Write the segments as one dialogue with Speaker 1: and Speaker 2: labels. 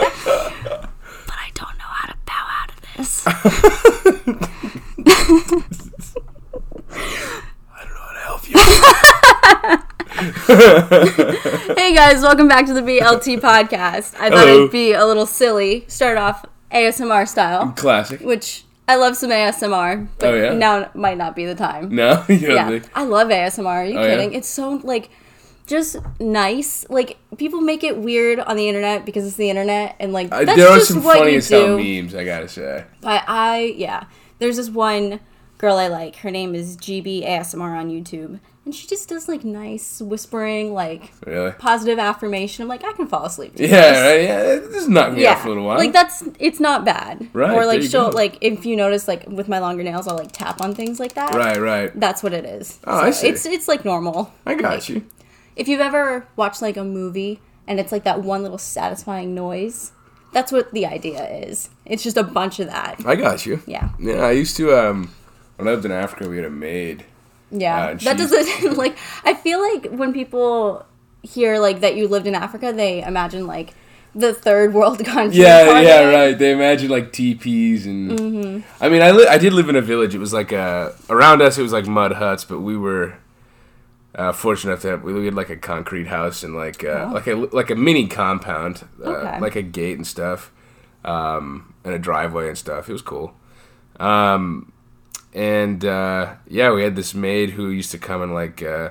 Speaker 1: but I don't know how to bow out of this.
Speaker 2: help you.
Speaker 1: hey guys, welcome back to the BLT podcast. I thought
Speaker 2: Hello.
Speaker 1: it'd be a little silly. Start off ASMR style,
Speaker 2: Classic.
Speaker 1: which I love some ASMR, but
Speaker 2: Oh, yeah?
Speaker 1: now might not be the time.
Speaker 2: No, you don't
Speaker 1: yeah,
Speaker 2: think.
Speaker 1: I love ASMR. Are you
Speaker 2: Oh, yeah?
Speaker 1: kidding? It's so like just nice. Like people make it weird on the internet because it's the internet, and like
Speaker 2: I,
Speaker 1: that's
Speaker 2: there are
Speaker 1: just
Speaker 2: some
Speaker 1: what
Speaker 2: funny
Speaker 1: you
Speaker 2: as hell
Speaker 1: do.
Speaker 2: memes, I gotta say.
Speaker 1: But I yeah, there's this one girl I like. Her name is GB ASMR on YouTube, and she just does like nice whispering, like
Speaker 2: Really?
Speaker 1: positive affirmation. I'm like, I can fall asleep. to
Speaker 2: Yeah,
Speaker 1: this.
Speaker 2: right? Yeah, this is knocked me out for a little while.
Speaker 1: Like that's it's not bad.
Speaker 2: Right,
Speaker 1: Or like
Speaker 2: there you
Speaker 1: she'll
Speaker 2: go.
Speaker 1: like if you notice like with my longer nails I'll like tap on things like that.
Speaker 2: Right, right.
Speaker 1: That's what it is.
Speaker 2: Oh, I see.
Speaker 1: It's it's like normal.
Speaker 2: I got
Speaker 1: Like,
Speaker 2: you.
Speaker 1: If you've ever watched like a movie and it's like that one little satisfying noise, that's what the idea is. It's just a bunch of that.
Speaker 2: I got you.
Speaker 1: Yeah.
Speaker 2: Yeah, I used to, um, when I lived in Africa, we had a maid.
Speaker 1: Yeah.
Speaker 2: Uh,
Speaker 1: that
Speaker 2: she's-
Speaker 1: doesn't like I feel like when people hear like that you lived in Africa, they imagine like the third world country.
Speaker 2: Yeah,
Speaker 1: part
Speaker 2: yeah,
Speaker 1: of it.
Speaker 2: right. They imagine like teepees and. I mean, I li- I did live in a village. It was like a around us. It was like mud huts, but we were uh, fortunate enough to have we we had like a concrete house and like uh, like a like a mini compound, uh,
Speaker 1: Okay.
Speaker 2: like a gate and stuff, um, and a driveway and stuff. It was cool. Um, and uh, yeah, we had this maid who used to come and like. Uh,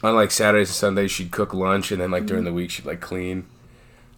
Speaker 2: on like Saturdays and Sundays, she'd cook lunch, and then like during the week, she'd like clean.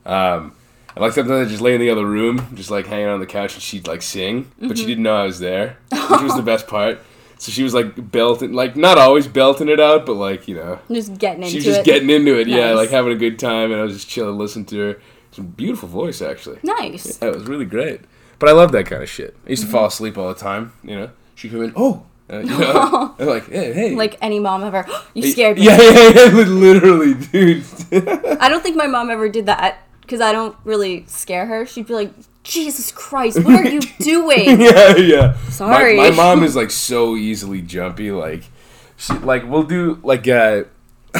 Speaker 2: I like sometimes I just lay in the other room, just like hanging on the couch, and she'd like sing, but
Speaker 1: Mm-hmm.
Speaker 2: she didn't know I was there, which was the best part. So she was like belting, like not always belting it out, but like you know,
Speaker 1: I'm just getting into
Speaker 2: she was just
Speaker 1: it.
Speaker 2: getting into it, yeah,
Speaker 1: Nice.
Speaker 2: like having a good time, and I was just chilling, listening to her. It's a beautiful voice, actually.
Speaker 1: nice.
Speaker 2: That was really great. But I love that kind of shit. I used to
Speaker 1: Mm-hmm.
Speaker 2: fall asleep all the time, you know. She come in, oh, uh, you know, I'm like hey, hey,
Speaker 1: Like any mom ever you scared me.
Speaker 2: yeah, yeah, yeah, literally, dude.
Speaker 1: I don't think my mom ever did that because I don't really scare her. She'd be like, Jesus Christ, what are you doing?
Speaker 2: yeah, yeah.
Speaker 1: Sorry.
Speaker 2: My, my mom is like so easily jumpy. Like, she, like we'll do like uh,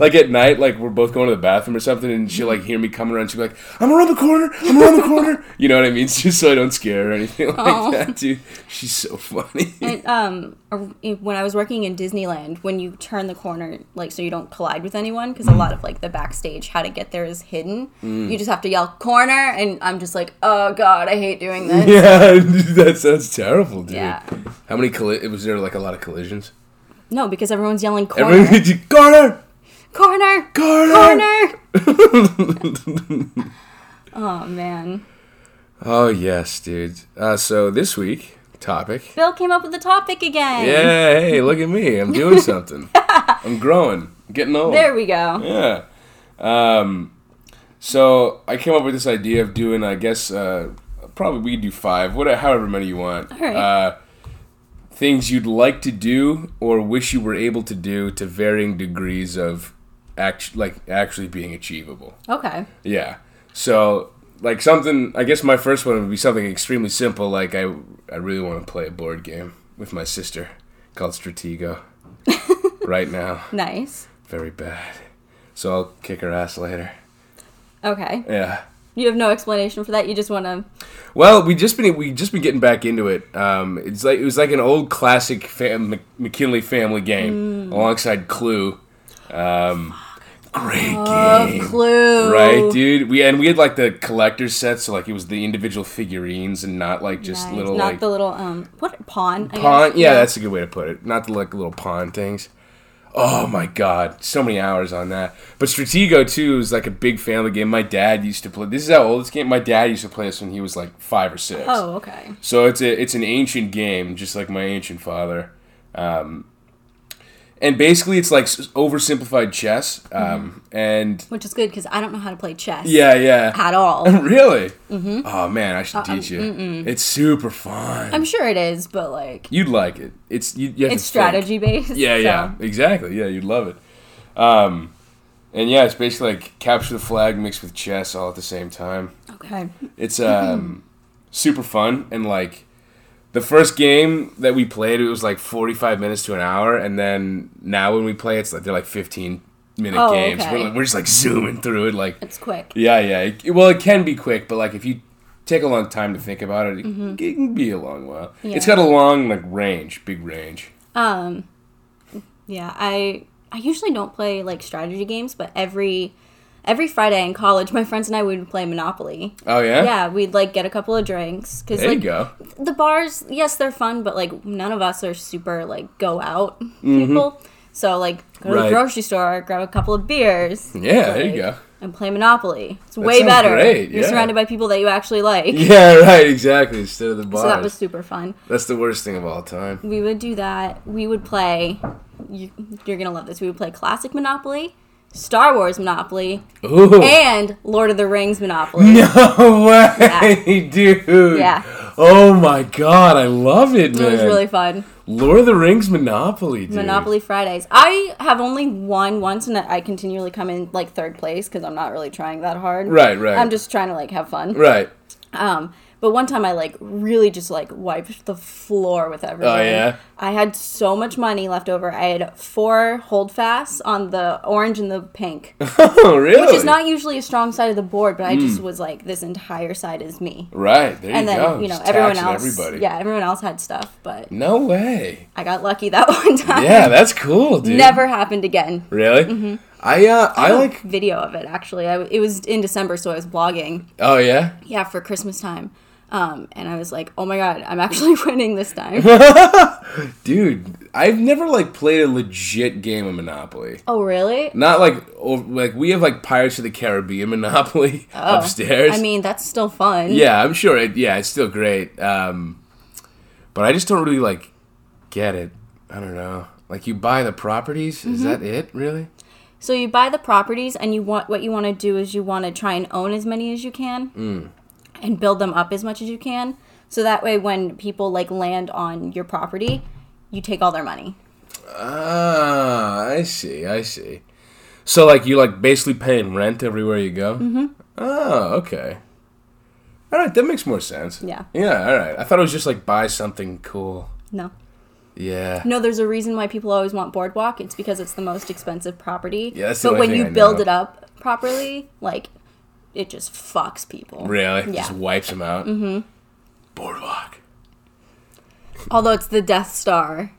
Speaker 2: like at night, like we're both going to the bathroom or something, and she'll like hear me coming around. She'll be like, "I'm around the corner. I'm around the corner." You know what I mean? Just so I don't scare her or anything like
Speaker 1: Aw.
Speaker 2: that, dude. She's so funny.
Speaker 1: And, um, or- when I was working in Disneyland, when you turn the corner, like so you don't collide with anyone, because
Speaker 2: Mm.
Speaker 1: a lot of like the backstage how to get there is hidden. You just have to yell corner, and I'm just like, oh god, I hate doing this.
Speaker 2: yeah, that sounds terrible, dude.
Speaker 1: Yeah.
Speaker 2: How many colli- was there like a lot of collisions?
Speaker 1: No, because everyone's yelling corner,
Speaker 2: Everybody, corner,
Speaker 1: corner,
Speaker 2: corner,
Speaker 1: corner. oh man,
Speaker 2: Oh yes, dude. Uh, so this week topic.
Speaker 1: Bill came up with the topic again.
Speaker 2: Yeah, hey, look at me. I'm doing something. I'm growing. I'm getting old.
Speaker 1: There we go.
Speaker 2: Yeah. Um, so I came up with this idea of doing, I guess, uh, probably we could do five, whatever, however many you want.
Speaker 1: All right.
Speaker 2: Uh, things you'd like to do or wish you were able to do to varying degrees of act- like actually being achievable.
Speaker 1: Okay.
Speaker 2: Yeah. So like something I guess my first one would be something extremely simple like I I really want to play a board game with my sister called Stratego right now.
Speaker 1: Nice.
Speaker 2: Very bad. So I'll kick her ass later.
Speaker 1: Okay.
Speaker 2: Yeah.
Speaker 1: You have no explanation for that. You just want to.
Speaker 2: Well, we just been we just been getting back into it. Um, it's like it was like an old classic fam- Mc- McKinley family game alongside Clue. Um, great game.
Speaker 1: Clue.
Speaker 2: Right, dude. We and we had like the collector set, so like it was the individual figurines and not like just
Speaker 1: Nice.
Speaker 2: little
Speaker 1: Not
Speaker 2: like
Speaker 1: the little um. What pawn? I
Speaker 2: pawn.
Speaker 1: guess?
Speaker 2: Yeah, that's a good way to put it. Not the like little pawn things. Oh my god, so many hours on that. But Stratego too is like a big family game. My dad used to play. This is how old this game. My dad used to play this when he was like five or six.
Speaker 1: Oh, okay.
Speaker 2: So it's a it's an ancient game, just like my ancient father. Um, and basically, it's like s- oversimplified chess. Um,
Speaker 1: Mm-hmm.
Speaker 2: And
Speaker 1: Which is good because I don't know how to play chess.
Speaker 2: yeah, yeah.
Speaker 1: At all.
Speaker 2: Really? Mm-hmm. Oh man, I should teach you. It's super fun.
Speaker 1: Uh, um, I'm sure it is, but like
Speaker 2: you'd like it. It's you, you have
Speaker 1: it's
Speaker 2: to think.
Speaker 1: strategy based.
Speaker 2: Yeah,
Speaker 1: so.
Speaker 2: yeah, exactly. Yeah, you'd love it. Um, and yeah, it's basically like capture the flag mixed with chess all at the same time.
Speaker 1: Okay.
Speaker 2: It's
Speaker 1: Mm-hmm.
Speaker 2: um, super fun and like the first game that we played, it was like forty five minutes to an hour, and then now when we play, it's like they're like fifteen minute
Speaker 1: Oh,
Speaker 2: games.
Speaker 1: okay.
Speaker 2: We're, like, we're just like zooming through it, like
Speaker 1: It's quick.
Speaker 2: yeah, yeah. It- well, it can be quick, but like if you take a long time to think about it, it, it can be a long while. It's
Speaker 1: Mm-hmm. Yeah.
Speaker 2: got a long like range, big range.
Speaker 1: Um, yeah, I I usually don't play like strategy games, but every every Friday in college, my friends and I would play Monopoly.
Speaker 2: Oh yeah,
Speaker 1: Yeah, we'd like get a couple of drinks because
Speaker 2: There
Speaker 1: like
Speaker 2: you go.
Speaker 1: the bars, yes, they're fun, but like none of us are super like go out people. So like go to the
Speaker 2: Mm-hmm. Right.
Speaker 1: grocery store, grab a couple of beers.
Speaker 2: Yeah, there you go.
Speaker 1: And play Monopoly. It's way
Speaker 2: sounds
Speaker 1: better.
Speaker 2: great,
Speaker 1: You're
Speaker 2: yeah.
Speaker 1: surrounded by people that you actually like.
Speaker 2: Yeah, right. Exactly. Instead of the bars,
Speaker 1: So that was super fun.
Speaker 2: that's the worst thing of all time.
Speaker 1: We would do that. We would play. You, you're gonna love this. We would play classic Monopoly, Star Wars Monopoly,
Speaker 2: Ooh.
Speaker 1: and Lord of the Rings Monopoly.
Speaker 2: No way, dude.
Speaker 1: Yeah.
Speaker 2: Oh my god, I love it,
Speaker 1: It
Speaker 2: man.
Speaker 1: was really fun.
Speaker 2: Lord of the Rings Monopoly, dude.
Speaker 1: Monopoly Fridays. I have only won once, and I continually come in like third place because I'm not really trying that hard.
Speaker 2: Right, right.
Speaker 1: I'm just trying to like have fun.
Speaker 2: Right.
Speaker 1: Um, but one time I like really just like wiped the floor with everything.
Speaker 2: Oh, yeah?
Speaker 1: I had so much money left over. I had four holdfasts on the orange and the pink, which
Speaker 2: Oh, really?
Speaker 1: is not usually a strong side of the board. But I just was like, this entire side is me.
Speaker 2: Right. Hmm. There
Speaker 1: And
Speaker 2: you
Speaker 1: then
Speaker 2: go.
Speaker 1: you know
Speaker 2: Just
Speaker 1: everyone
Speaker 2: taxing
Speaker 1: else.
Speaker 2: Everybody.
Speaker 1: Yeah, everyone else had stuff, but
Speaker 2: No way.
Speaker 1: I got lucky that one time.
Speaker 2: Yeah, that's cool, dude.
Speaker 1: Never happened again.
Speaker 2: Really?
Speaker 1: Mm-hmm.
Speaker 2: I uh, I like.
Speaker 1: Oh, video of it actually. I, it was in December, so I was blogging.
Speaker 2: Oh yeah.
Speaker 1: Yeah, for Christmas time. Um, and I was like, oh my god, I'm actually winning this time.
Speaker 2: Dude, I've never like played a legit game of Monopoly.
Speaker 1: oh really?
Speaker 2: Not like over, like we have like Pirates of the Caribbean Monopoly upstairs.
Speaker 1: Oh, I mean, that's still fun.
Speaker 2: Yeah, I'm sure. It, yeah, it's still great. Um, but I just don't really like get it. I don't know. Like you buy the properties. Is
Speaker 1: Mm-hmm.
Speaker 2: that it really?
Speaker 1: So you buy the properties, and you want what you want to do is you want to try and own as many as you can,
Speaker 2: Mm.
Speaker 1: and build them up as much as you can. So that way, when people like land on your property, you take all their money.
Speaker 2: Ah, I see. I see. So like you like basically paying rent everywhere you go. Mm-hmm. Oh, okay. All right, that makes more sense.
Speaker 1: Yeah.
Speaker 2: Yeah. All right. I thought it was just like buy something cool.
Speaker 1: No,
Speaker 2: Yeah.
Speaker 1: no. There's a reason why people always want boardwalk. It's because it's the most expensive property.
Speaker 2: Yeah, that's the
Speaker 1: but
Speaker 2: only
Speaker 1: when
Speaker 2: thing
Speaker 1: you
Speaker 2: I
Speaker 1: build
Speaker 2: know.
Speaker 1: it up properly, like it just fucks people.
Speaker 2: Really?
Speaker 1: Yeah.
Speaker 2: Just wipes them out. Mm-hmm. Boardwalk.
Speaker 1: Although it's the Death Star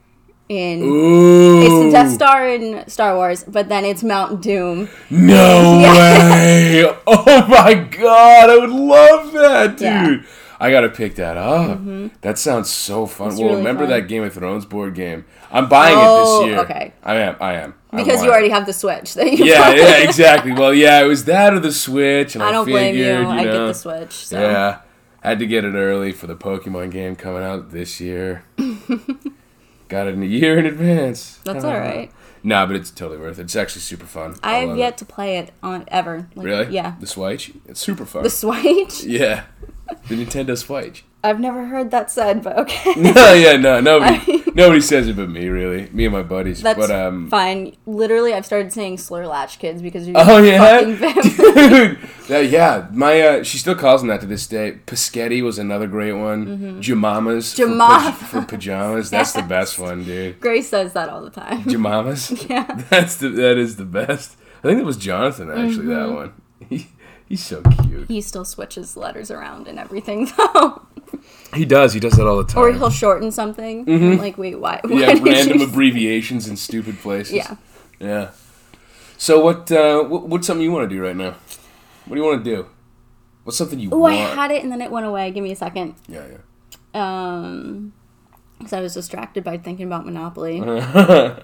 Speaker 1: in
Speaker 2: Ooh.
Speaker 1: It's the Death Star in Star Wars, but then it's Mount Doom.
Speaker 2: No
Speaker 1: Yeah.
Speaker 2: way! Oh my god, I would love that, dude.
Speaker 1: Yeah. Mm-hmm.
Speaker 2: I gotta pick that up. That sounds so fun. well,
Speaker 1: really
Speaker 2: remember
Speaker 1: fun.
Speaker 2: that Game of Thrones board game? I'm buying it
Speaker 1: Oh,
Speaker 2: this year.
Speaker 1: okay.
Speaker 2: I am. I am. I
Speaker 1: Because
Speaker 2: want
Speaker 1: you
Speaker 2: it.
Speaker 1: already have the Switch that you
Speaker 2: Yeah,
Speaker 1: bought.
Speaker 2: yeah, exactly. Well, yeah, it was that or the Switch, and I,
Speaker 1: I don't blame you.
Speaker 2: figured,
Speaker 1: I get
Speaker 2: know,
Speaker 1: the Switch. So.
Speaker 2: Yeah, had to get it early for the Pokemon game coming out this year. Got it in a year in advance.
Speaker 1: That's all right.
Speaker 2: No, nah, but it's totally worth it. It's actually super fun.
Speaker 1: I have
Speaker 2: love
Speaker 1: yet to play it on ever. Like,
Speaker 2: Really?
Speaker 1: Yeah.
Speaker 2: The Switch? It's super fun.
Speaker 1: The Switch?
Speaker 2: yeah. The Nintendo Switch.
Speaker 1: I've never heard that said, but okay.
Speaker 2: No, yeah, no, nobody, nobody says it but me, really. Me and my buddies.
Speaker 1: That's
Speaker 2: but um,
Speaker 1: fine. Literally, I've started saying slur latch kids because you're
Speaker 2: oh yeah,
Speaker 1: fucking vampire.
Speaker 2: dude. Yeah, yeah, my uh, she still calls them that to this day. Paschetti was another great one.
Speaker 1: Mm-hmm.
Speaker 2: Jamamas. for
Speaker 1: Jamamas.
Speaker 2: pa- for, pajamas. That's the best one, dude.
Speaker 1: Grace says that all the time.
Speaker 2: Jamamas.
Speaker 1: Yeah.
Speaker 2: That's the that is the best. I think it was Jonathan actually that
Speaker 1: Mm-hmm.
Speaker 2: one. He, he's so cute.
Speaker 1: He still switches letters around and everything, though.
Speaker 2: He does. He does that all the time.
Speaker 1: or he'll shorten something. I'm like, wait, why? why
Speaker 2: Mm-hmm. yeah,
Speaker 1: did you
Speaker 2: random
Speaker 1: say-
Speaker 2: abbreviations in stupid places.
Speaker 1: Yeah.
Speaker 2: Yeah. So what, uh, what what's something you want to do right now? What do you want to do? What's something you
Speaker 1: Oh, I
Speaker 2: want?
Speaker 1: had it and then it went away. Give me a second.
Speaker 2: yeah, yeah.
Speaker 1: Um 'cause because I was distracted by thinking about Monopoly. um,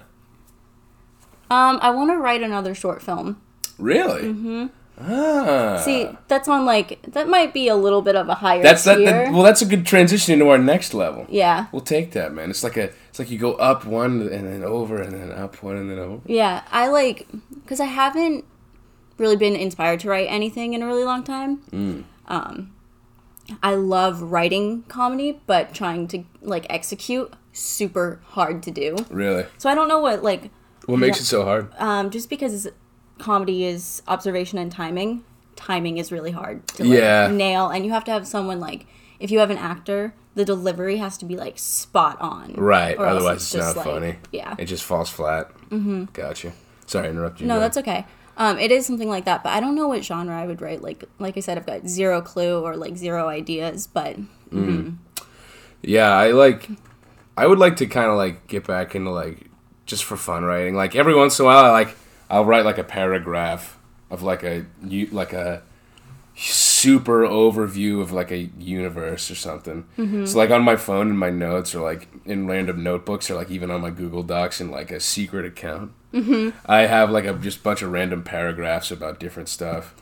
Speaker 1: I want to write another short film.
Speaker 2: Really? Mm-hmm. Ah.
Speaker 1: See, that's on like that might be a little bit of a higher
Speaker 2: that's that,
Speaker 1: tier.
Speaker 2: that. Well, that's a good transition into our next level.
Speaker 1: yeah,
Speaker 2: We'll take that, man. It's like a. It's like you go up one and then over and then up one and then over.
Speaker 1: yeah. I like because I haven't really been inspired to write anything in a really long time.
Speaker 2: Mm.
Speaker 1: Um, I love writing comedy, but trying to like execute super hard to do.
Speaker 2: Really?
Speaker 1: So I don't know what like
Speaker 2: What makes it so hard?
Speaker 1: um, just because comedy is observation and timing timing is really hard to like,
Speaker 2: Yeah.
Speaker 1: nail and you have to have someone like if you have an actor the delivery has to be like spot on
Speaker 2: right.
Speaker 1: or else
Speaker 2: Otherwise, it's,
Speaker 1: just,
Speaker 2: not
Speaker 1: like,
Speaker 2: funny.
Speaker 1: yeah
Speaker 2: It just falls flat. Mm-hmm. Gotcha. Sorry, I interrupted you.
Speaker 1: No,
Speaker 2: there.
Speaker 1: that's okay. Um, it is something like that, but I don't know what genre I would write. Like, like I said, I've got zero clue or like zero ideas. But
Speaker 2: Yeah, I like. I would like to kind of like get back into like just for fun writing. Like every once in a while, I like I'll write like a paragraph of like a u- like a super overview of like a universe or something.
Speaker 1: Mm-hmm.
Speaker 2: So like on my phone and my notes or like in random notebooks or like even on my Google Docs in like a secret account.
Speaker 1: Mm-hmm.
Speaker 2: I have like a just bunch of random paragraphs about different stuff,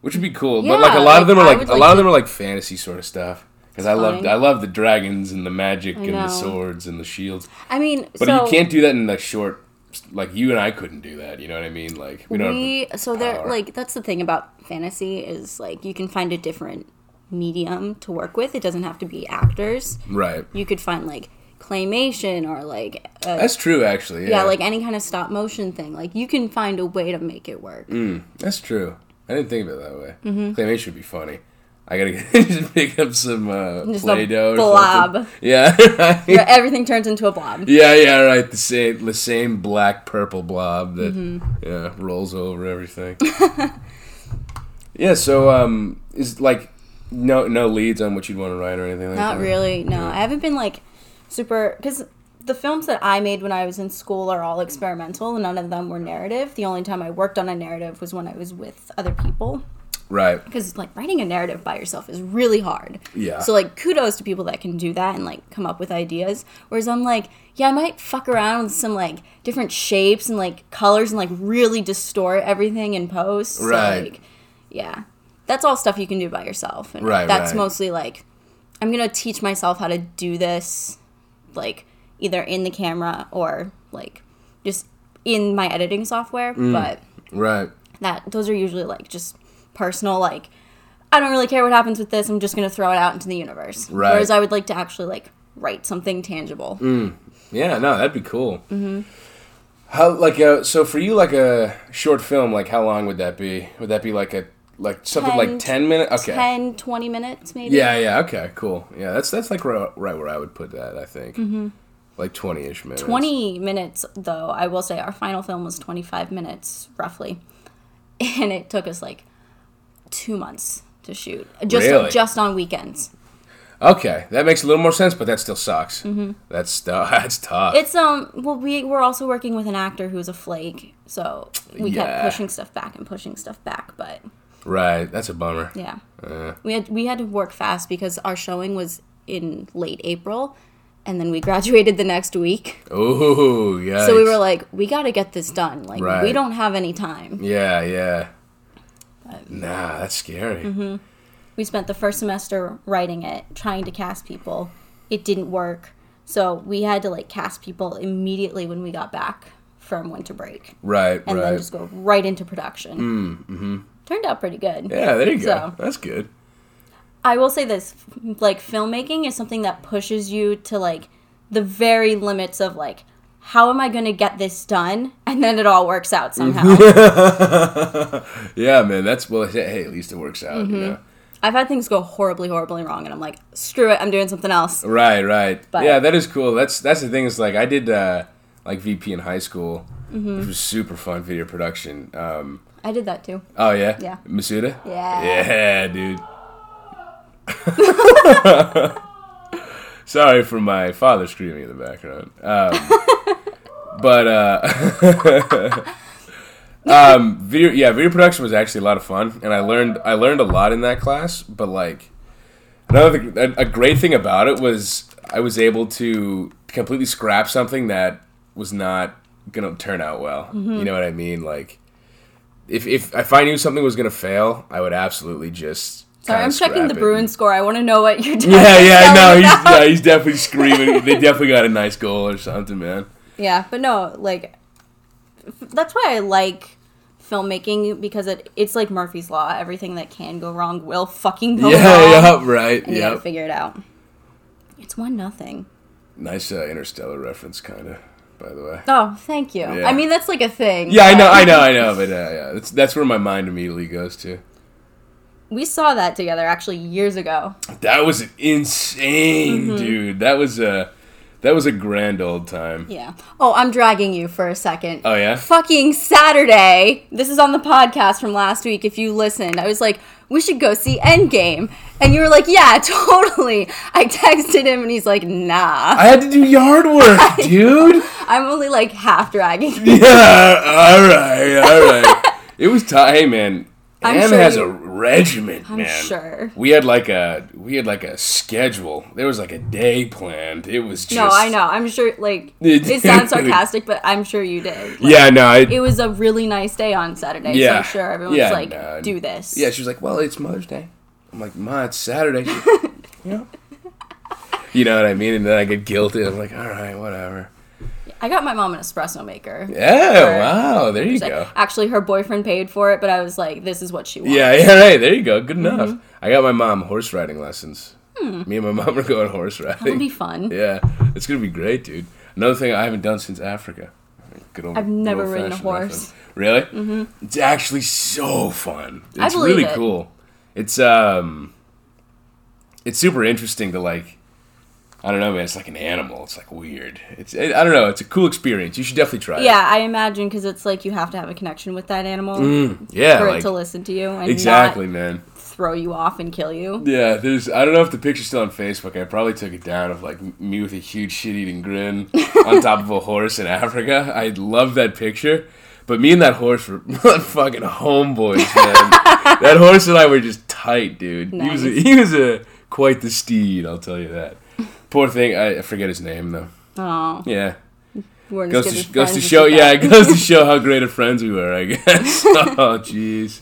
Speaker 2: which would be cool. but like a
Speaker 1: Yeah,
Speaker 2: lot of them are
Speaker 1: like, I would
Speaker 2: like a
Speaker 1: like
Speaker 2: lot of
Speaker 1: to-
Speaker 2: them are like fantasy sort of stuff because I love
Speaker 1: fine.
Speaker 2: I love the dragons and the magic and the
Speaker 1: know.
Speaker 2: swords and the shields.
Speaker 1: I mean,
Speaker 2: But
Speaker 1: so
Speaker 2: you can't do that in like short. Like you and I couldn't do that. You know what I mean? Like we don't.
Speaker 1: we
Speaker 2: have the
Speaker 1: so there
Speaker 2: power.
Speaker 1: like that's the thing about fantasy is like you can find a different medium to work with. It doesn't have to be actors.
Speaker 2: right.
Speaker 1: You could find like claymation or like uh,
Speaker 2: That's true, actually.
Speaker 1: yeah,
Speaker 2: Yeah,
Speaker 1: like any kind of stop motion thing. Like you can find a way to make it work.
Speaker 2: Mm. that's true. I didn't think of it that way.
Speaker 1: Mm-hmm.
Speaker 2: Claymation would be funny. I gotta just pick up some uh,
Speaker 1: Just a
Speaker 2: Play-Doh. or
Speaker 1: blob.
Speaker 2: something. Yeah.
Speaker 1: Where everything turns into a blob.
Speaker 2: Yeah, yeah, right. The same, the same black purple blob that yeah rolls over everything. yeah. So, um, is like no no leads on what you'd want to write or anything like that.
Speaker 1: Not really. No, I haven't been like super because the films that I made when I was in school are all experimental. and None of them were narrative. The only time I worked on a narrative was when I was with other people
Speaker 2: Right.
Speaker 1: because like writing a narrative by yourself is really hard.
Speaker 2: Yeah.
Speaker 1: So like kudos to people that can do that and like come up with ideas. Whereas I'm like, yeah, I might fuck around with some like different shapes and like colors and like really distort everything in post. So,
Speaker 2: Right.
Speaker 1: like, yeah. That's all stuff you can do by yourself. And
Speaker 2: Right,
Speaker 1: that's
Speaker 2: right.
Speaker 1: mostly like I'm gonna teach myself how to do this like either in the camera or like just in my editing software.
Speaker 2: Mm.
Speaker 1: But
Speaker 2: Right.
Speaker 1: that those are usually like just personal like i don't really care what happens with this i'm just going to throw it out into the universe
Speaker 2: Right. Mm.
Speaker 1: whereas i would like to actually like write something tangible
Speaker 2: Yeah. No, that'd be cool. Mm-hmm. How like uh, so for you like a short film like how long would that be? Would that be like a like something like
Speaker 1: 10
Speaker 2: ten minute? Okay.
Speaker 1: Ten, twenty 10 20 minutes maybe
Speaker 2: Yeah. Yeah. Okay. Cool. Yeah. That's that's like right, right where I would put that. I think. Mm-hmm. Like twenty ish minutes.
Speaker 1: 20 minutes though i will say our final film was 25 minutes roughly and it took us like two months to shoot just
Speaker 2: Really?
Speaker 1: just on weekends
Speaker 2: Okay, that makes a little more sense, but that still sucks. Mm-hmm. That's uh, that's tough.
Speaker 1: it's um well we were also working with an actor who was a flake so we
Speaker 2: Yeah.
Speaker 1: kept pushing stuff back and pushing stuff back but
Speaker 2: right, that's a bummer.
Speaker 1: Yeah.
Speaker 2: Uh.
Speaker 1: we had we had to work fast because our showing was in late April and then we graduated the next week.
Speaker 2: Ooh, yeah.
Speaker 1: So we were like, we got to get this done. Like
Speaker 2: Right.
Speaker 1: we don't have any time.
Speaker 2: yeah, yeah. Nah, that's scary.
Speaker 1: Mm-hmm. We spent the first semester writing it, trying to cast people. It didn't work. So we had to like cast people immediately when we got back from winter break
Speaker 2: Right,
Speaker 1: and
Speaker 2: right. mm-hmm.
Speaker 1: then just go right into production. Mm, hmm Turned out pretty good.
Speaker 2: yeah, there you
Speaker 1: So-
Speaker 2: go. That's good.
Speaker 1: I will say this f- like filmmaking is something that pushes you to like the very limits of like how am I going to get this done and then it all works out somehow.
Speaker 2: Yeah, man. That's well. Hey, hey, at least it works out.
Speaker 1: Mm-hmm.
Speaker 2: You know.
Speaker 1: I've had things go horribly horribly wrong and I'm like screw it, I'm doing something else.
Speaker 2: Right, right.
Speaker 1: But-
Speaker 2: yeah, that is cool. That's that's the thing. Is like I did uh, like VP in high school,
Speaker 1: Mm-hmm.
Speaker 2: which was super fun video production. Um,
Speaker 1: I did that too.
Speaker 2: Oh yeah.
Speaker 1: Yeah.
Speaker 2: Masuda.
Speaker 1: Yeah.
Speaker 2: Yeah, dude. Sorry for my father screaming in the background. Um, but uh, um, video, yeah, video production was actually a lot of fun, and I learned I learned a lot in that class. But like another thing, a, a great thing about it was I was able to completely scrap something that was not gonna turn out well.
Speaker 1: Mm-hmm.
Speaker 2: You know what I mean? Like if if if I knew something was gonna fail, I would absolutely just.
Speaker 1: Sorry,
Speaker 2: kinda
Speaker 1: I'm checking
Speaker 2: scrap
Speaker 1: the
Speaker 2: it.
Speaker 1: Bruins score. I want to know what you're doing.
Speaker 2: Yeah, yeah, no,
Speaker 1: Yelling
Speaker 2: he's,
Speaker 1: it out.
Speaker 2: yeah, he's definitely screaming. they definitely got a nice goal or something, man.
Speaker 1: Yeah, but no, like f- that's why I like filmmaking because it it's like Murphy's law, everything that can go wrong will fucking go wrong.
Speaker 2: Yeah, yep, right,
Speaker 1: and you gotta
Speaker 2: yep.
Speaker 1: figure it out. It's one nothing.
Speaker 2: Nice uh, interstellar reference, kind of. By the way.
Speaker 1: Oh, thank you.
Speaker 2: Yeah.
Speaker 1: I mean, that's like a thing.
Speaker 2: Yeah, I know,
Speaker 1: but
Speaker 2: I know, I know, but uh, yeah, that's that's where my mind immediately goes to.
Speaker 1: We saw that together actually years ago. Mm-hmm.
Speaker 2: That was insane, dude. That was uh That was a grand old time.
Speaker 1: Yeah. Oh, I'm dragging you for a second.
Speaker 2: Oh, yeah?
Speaker 1: Fucking Saturday. This is on the podcast from last week. If you listened, I was like, we should go see Endgame, and you were like, yeah, totally. I texted him, and he's like, nah.
Speaker 2: I had to do yard work, dude.
Speaker 1: I'm only like half dragging.
Speaker 2: Yeah, all right, all right. it was tight. Hey, man,
Speaker 1: I'm
Speaker 2: Anne
Speaker 1: sure
Speaker 2: has
Speaker 1: you-
Speaker 2: a regiment,
Speaker 1: I'm
Speaker 2: man.
Speaker 1: sure.
Speaker 2: We had like a we had like a schedule. There was like a day planned. It was just
Speaker 1: No, I know. I'm sure. Like
Speaker 2: It-
Speaker 1: it sounds sarcastic, but I'm sure you did. Like,
Speaker 2: Yeah, no, I,
Speaker 1: It was a really nice day on Saturday, so
Speaker 2: Yeah.
Speaker 1: I'm sure everyone's
Speaker 2: Yeah,
Speaker 1: like,
Speaker 2: no.
Speaker 1: do this.
Speaker 2: yeah. She was like, "Well, it's Mother's Day." I'm like, "Ma, it's Saturday." She- you know, you know what I mean. And then I get guilted. I'm like, "All right, whatever."
Speaker 1: I got my mom an espresso maker.
Speaker 2: Yeah, wow. There you
Speaker 1: Like,
Speaker 2: go.
Speaker 1: Actually, her boyfriend paid for it, but I was like, this is what she wants.
Speaker 2: Yeah, yeah, right. There you go. Good enough. I got my mom horse riding lessons. Me and my mom are going horse
Speaker 1: It'll
Speaker 2: riding.
Speaker 1: be fun.
Speaker 2: Yeah, it's gonna be great, dude. Another thing I haven't done since Africa. Good old,
Speaker 1: I've never
Speaker 2: good
Speaker 1: ridden a
Speaker 2: old-fashioned
Speaker 1: horse.
Speaker 2: method. Really? Mm-hmm. It's actually so fun. It's
Speaker 1: I believe
Speaker 2: really
Speaker 1: it.
Speaker 2: cool. It's um, it's super interesting to like. I don't know, man. It's like an animal. It's like weird. It's I I don't know. It's a cool experience. You should definitely try
Speaker 1: Yeah, I imagine because it's like you have to have a connection with that animal
Speaker 2: it. Yeah,
Speaker 1: for
Speaker 2: Mm, like
Speaker 1: it to listen to you and
Speaker 2: exactly, man.
Speaker 1: not throw you off and kill you.
Speaker 2: Yeah, there's. I don't know if the picture's still on Facebook. I probably took it down of like me with a huge shit-eating grin on top of a horse in Africa. I love that picture, but me and that horse were fucking homeboys, man. that horse and I were just tight, dude. He was a,
Speaker 1: Nice.
Speaker 2: he was a quite the steed, I'll tell you that. Poor thing. I, I forget his name though.
Speaker 1: Oh,
Speaker 2: Yeah,
Speaker 1: we're
Speaker 2: goes
Speaker 1: just
Speaker 2: to
Speaker 1: good
Speaker 2: sh-
Speaker 1: as
Speaker 2: goes to
Speaker 1: friends as
Speaker 2: show.
Speaker 1: you
Speaker 2: Yeah, it
Speaker 1: got.
Speaker 2: goes to show how great of friends we were. I guess. oh, jeez.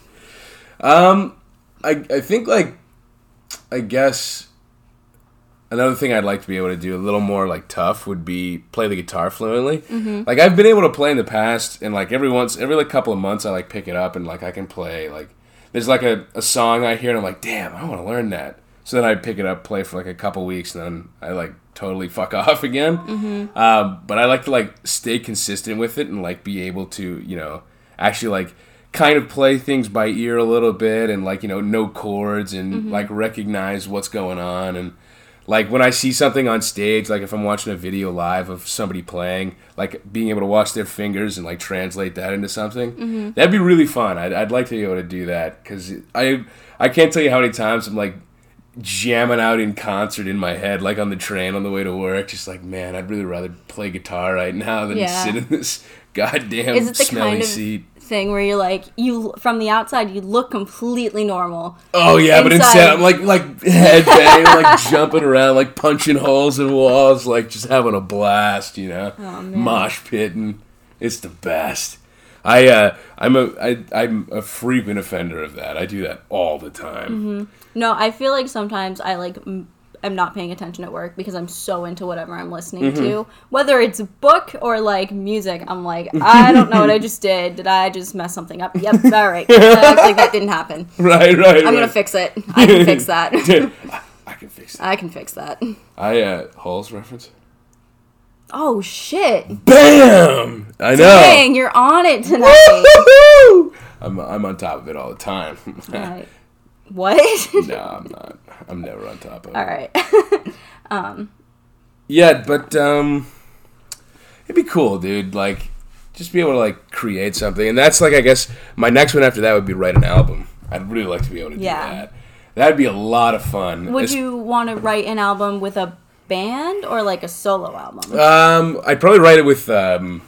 Speaker 2: Um, I I think like, I guess another thing I'd like to be able to do a little more like tough would be play the guitar fluently.
Speaker 1: Mm-hmm.
Speaker 2: Like I've been able to play in the past, and like every once every like couple of months I like pick it up and like I can play like there's like a, a song I hear and I'm like damn I want to learn that. So then I pick it up, play for like a couple weeks, and then I like totally fuck off again.
Speaker 1: Mm-hmm.
Speaker 2: Um, but I like to like stay consistent with it and like be able to you know actually like kind of play things by ear a little bit and like you know no chords and like recognize what's going on and like when I see something on stage, like if I'm watching a video live of somebody playing, like being able to watch their fingers and like translate that into something,
Speaker 1: Mm-hmm.
Speaker 2: that'd be really fun. I'd, I'd like to be able to do that because I I can't tell you how many times I'm like jamming out in concert in my head, like on the train on the way to work, just like man, I'd really rather play guitar right now than
Speaker 1: Yeah.
Speaker 2: sit in this goddamn
Speaker 1: Is it the
Speaker 2: smelly
Speaker 1: kind of
Speaker 2: seat.
Speaker 1: thing where you're like you from the outside you look completely normal?
Speaker 2: Oh yeah, but instead
Speaker 1: inside.
Speaker 2: I'm like like headbanging, like jumping around, like punching holes in walls, like just having a blast, you know,
Speaker 1: Oh, man.
Speaker 2: mosh pitting. It's the best. I uh, I'm a I, I'm a frequent offender of that. I do that all the time.
Speaker 1: No, I feel like sometimes I like m- am not paying attention at work because I'm so into whatever I'm listening
Speaker 2: Mm-hmm.
Speaker 1: to, whether it's a book or like music. I'm like, I don't know what I just did. Did I just mess something up? Yep. All right. I act like that didn't happen.
Speaker 2: Right, right.
Speaker 1: Mm-hmm. I'm gonna fix it. I can fix that.
Speaker 2: I, I can fix that.
Speaker 1: I can fix that.
Speaker 2: I uh, Hall's reference.
Speaker 1: Oh shit!
Speaker 2: Bam! I know.
Speaker 1: Dang, you're on it tonight.
Speaker 2: Woo-hoo-hoo! I'm I'm on top of it all the time.
Speaker 1: All right. What?
Speaker 2: no, I'm not. I'm never on top of it.
Speaker 1: All right.
Speaker 2: Yeah, but um, it'd be cool, dude. Like, just be able to like create something, and that's like I guess my next one after that would be write an album. I'd really like to be able to
Speaker 1: Yeah.
Speaker 2: do that. That'd be a lot of fun.
Speaker 1: Would
Speaker 2: Es-
Speaker 1: you want to write an album with a band or like a solo album?
Speaker 2: Um, I'd probably write it with um,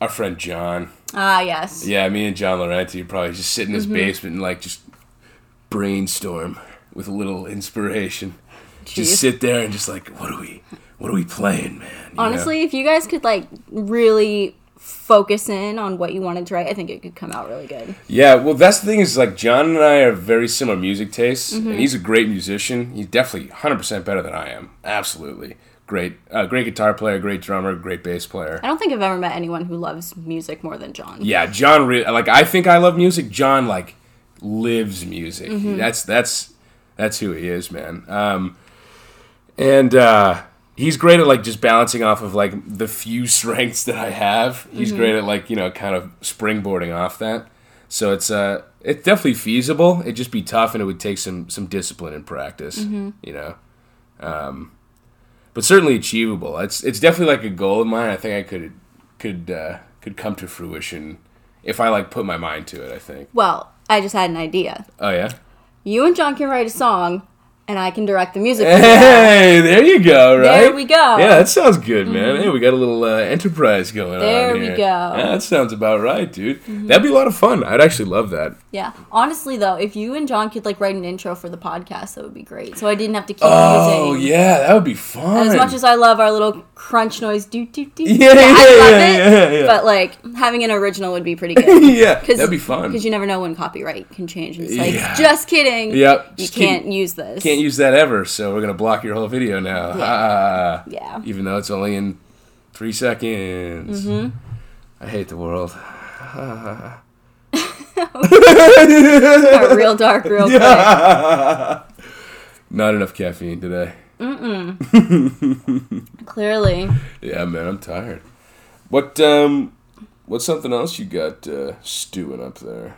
Speaker 2: our friend John.
Speaker 1: Ah, yes.
Speaker 2: Yeah, me and John Laurenti would probably just sit in
Speaker 1: Mm-hmm.
Speaker 2: his basement and like just brainstorm with a little inspiration.
Speaker 1: Jeez.
Speaker 2: Just sit there and just like, what are we, what are we playing, man? You know?
Speaker 1: Honestly, if you guys could like really focus in on what you wanted to write, I think it could come out really good.
Speaker 2: Yeah, well, that's the thing is like John and I are very similar music tastes, and he's a great musician. He's definitely 100 percent better than I am. Absolutely great, uh, great guitar player, great drummer, great bass player.
Speaker 1: I don't think I've ever met anyone who loves music more than John.
Speaker 2: Yeah, John. Re- like I think I love music. John like lives music. That's that's that's who he is, man. Um, and uh, he's great at like just balancing off of like the few strengths that I have. He's great at like you know kind of springboarding off that. So it's uh it's definitely feasible. It'd just be tough, and it would take some some discipline and practice. You know. Um, but certainly achievable. It's it's definitely like a goal of mine. I think I could could uh, could come to fruition if I like put my mind to it. I think.
Speaker 1: Well, I just had an idea.
Speaker 2: Oh yeah.
Speaker 1: You and John can write a song, and I can direct the music. video.
Speaker 2: Hey, there you go. Right
Speaker 1: There we go. Mm-hmm.
Speaker 2: Yeah, that sounds good, man. Hey, we got a little uh, enterprise going
Speaker 1: There
Speaker 2: on
Speaker 1: we
Speaker 2: here.
Speaker 1: go. Mm-hmm.
Speaker 2: Yeah, that sounds about right, dude. That'd be a lot of fun. I'd actually love that.
Speaker 1: Yeah. Honestly, though, if you and John could like write an intro for the podcast, that would be great. So I didn't have to keep
Speaker 2: Oh
Speaker 1: using.
Speaker 2: yeah, that would be fun.
Speaker 1: As much as I love our little crunch noise, do do do.
Speaker 2: Yeah,
Speaker 1: I
Speaker 2: yeah,
Speaker 1: love
Speaker 2: yeah, yeah,
Speaker 1: it.
Speaker 2: yeah.
Speaker 1: But like having an original would be pretty good.
Speaker 2: yeah, that'd be fun.
Speaker 1: Because you never know when copyright can change. And it's like,
Speaker 2: Yeah.
Speaker 1: just kidding.
Speaker 2: Yep,
Speaker 1: You
Speaker 2: just keep-
Speaker 1: can't use this.
Speaker 2: Can't use that ever, so we're gonna block your whole video now. Ah.
Speaker 1: Yeah.
Speaker 2: Even though it's only in three seconds.
Speaker 1: Mm-hmm.
Speaker 2: I hate the world.
Speaker 1: Got real dark, real quick.
Speaker 2: Not enough caffeine today.
Speaker 1: Clearly.
Speaker 2: Yeah, man, I'm tired. What um, what's something else you got uh, stewing up there?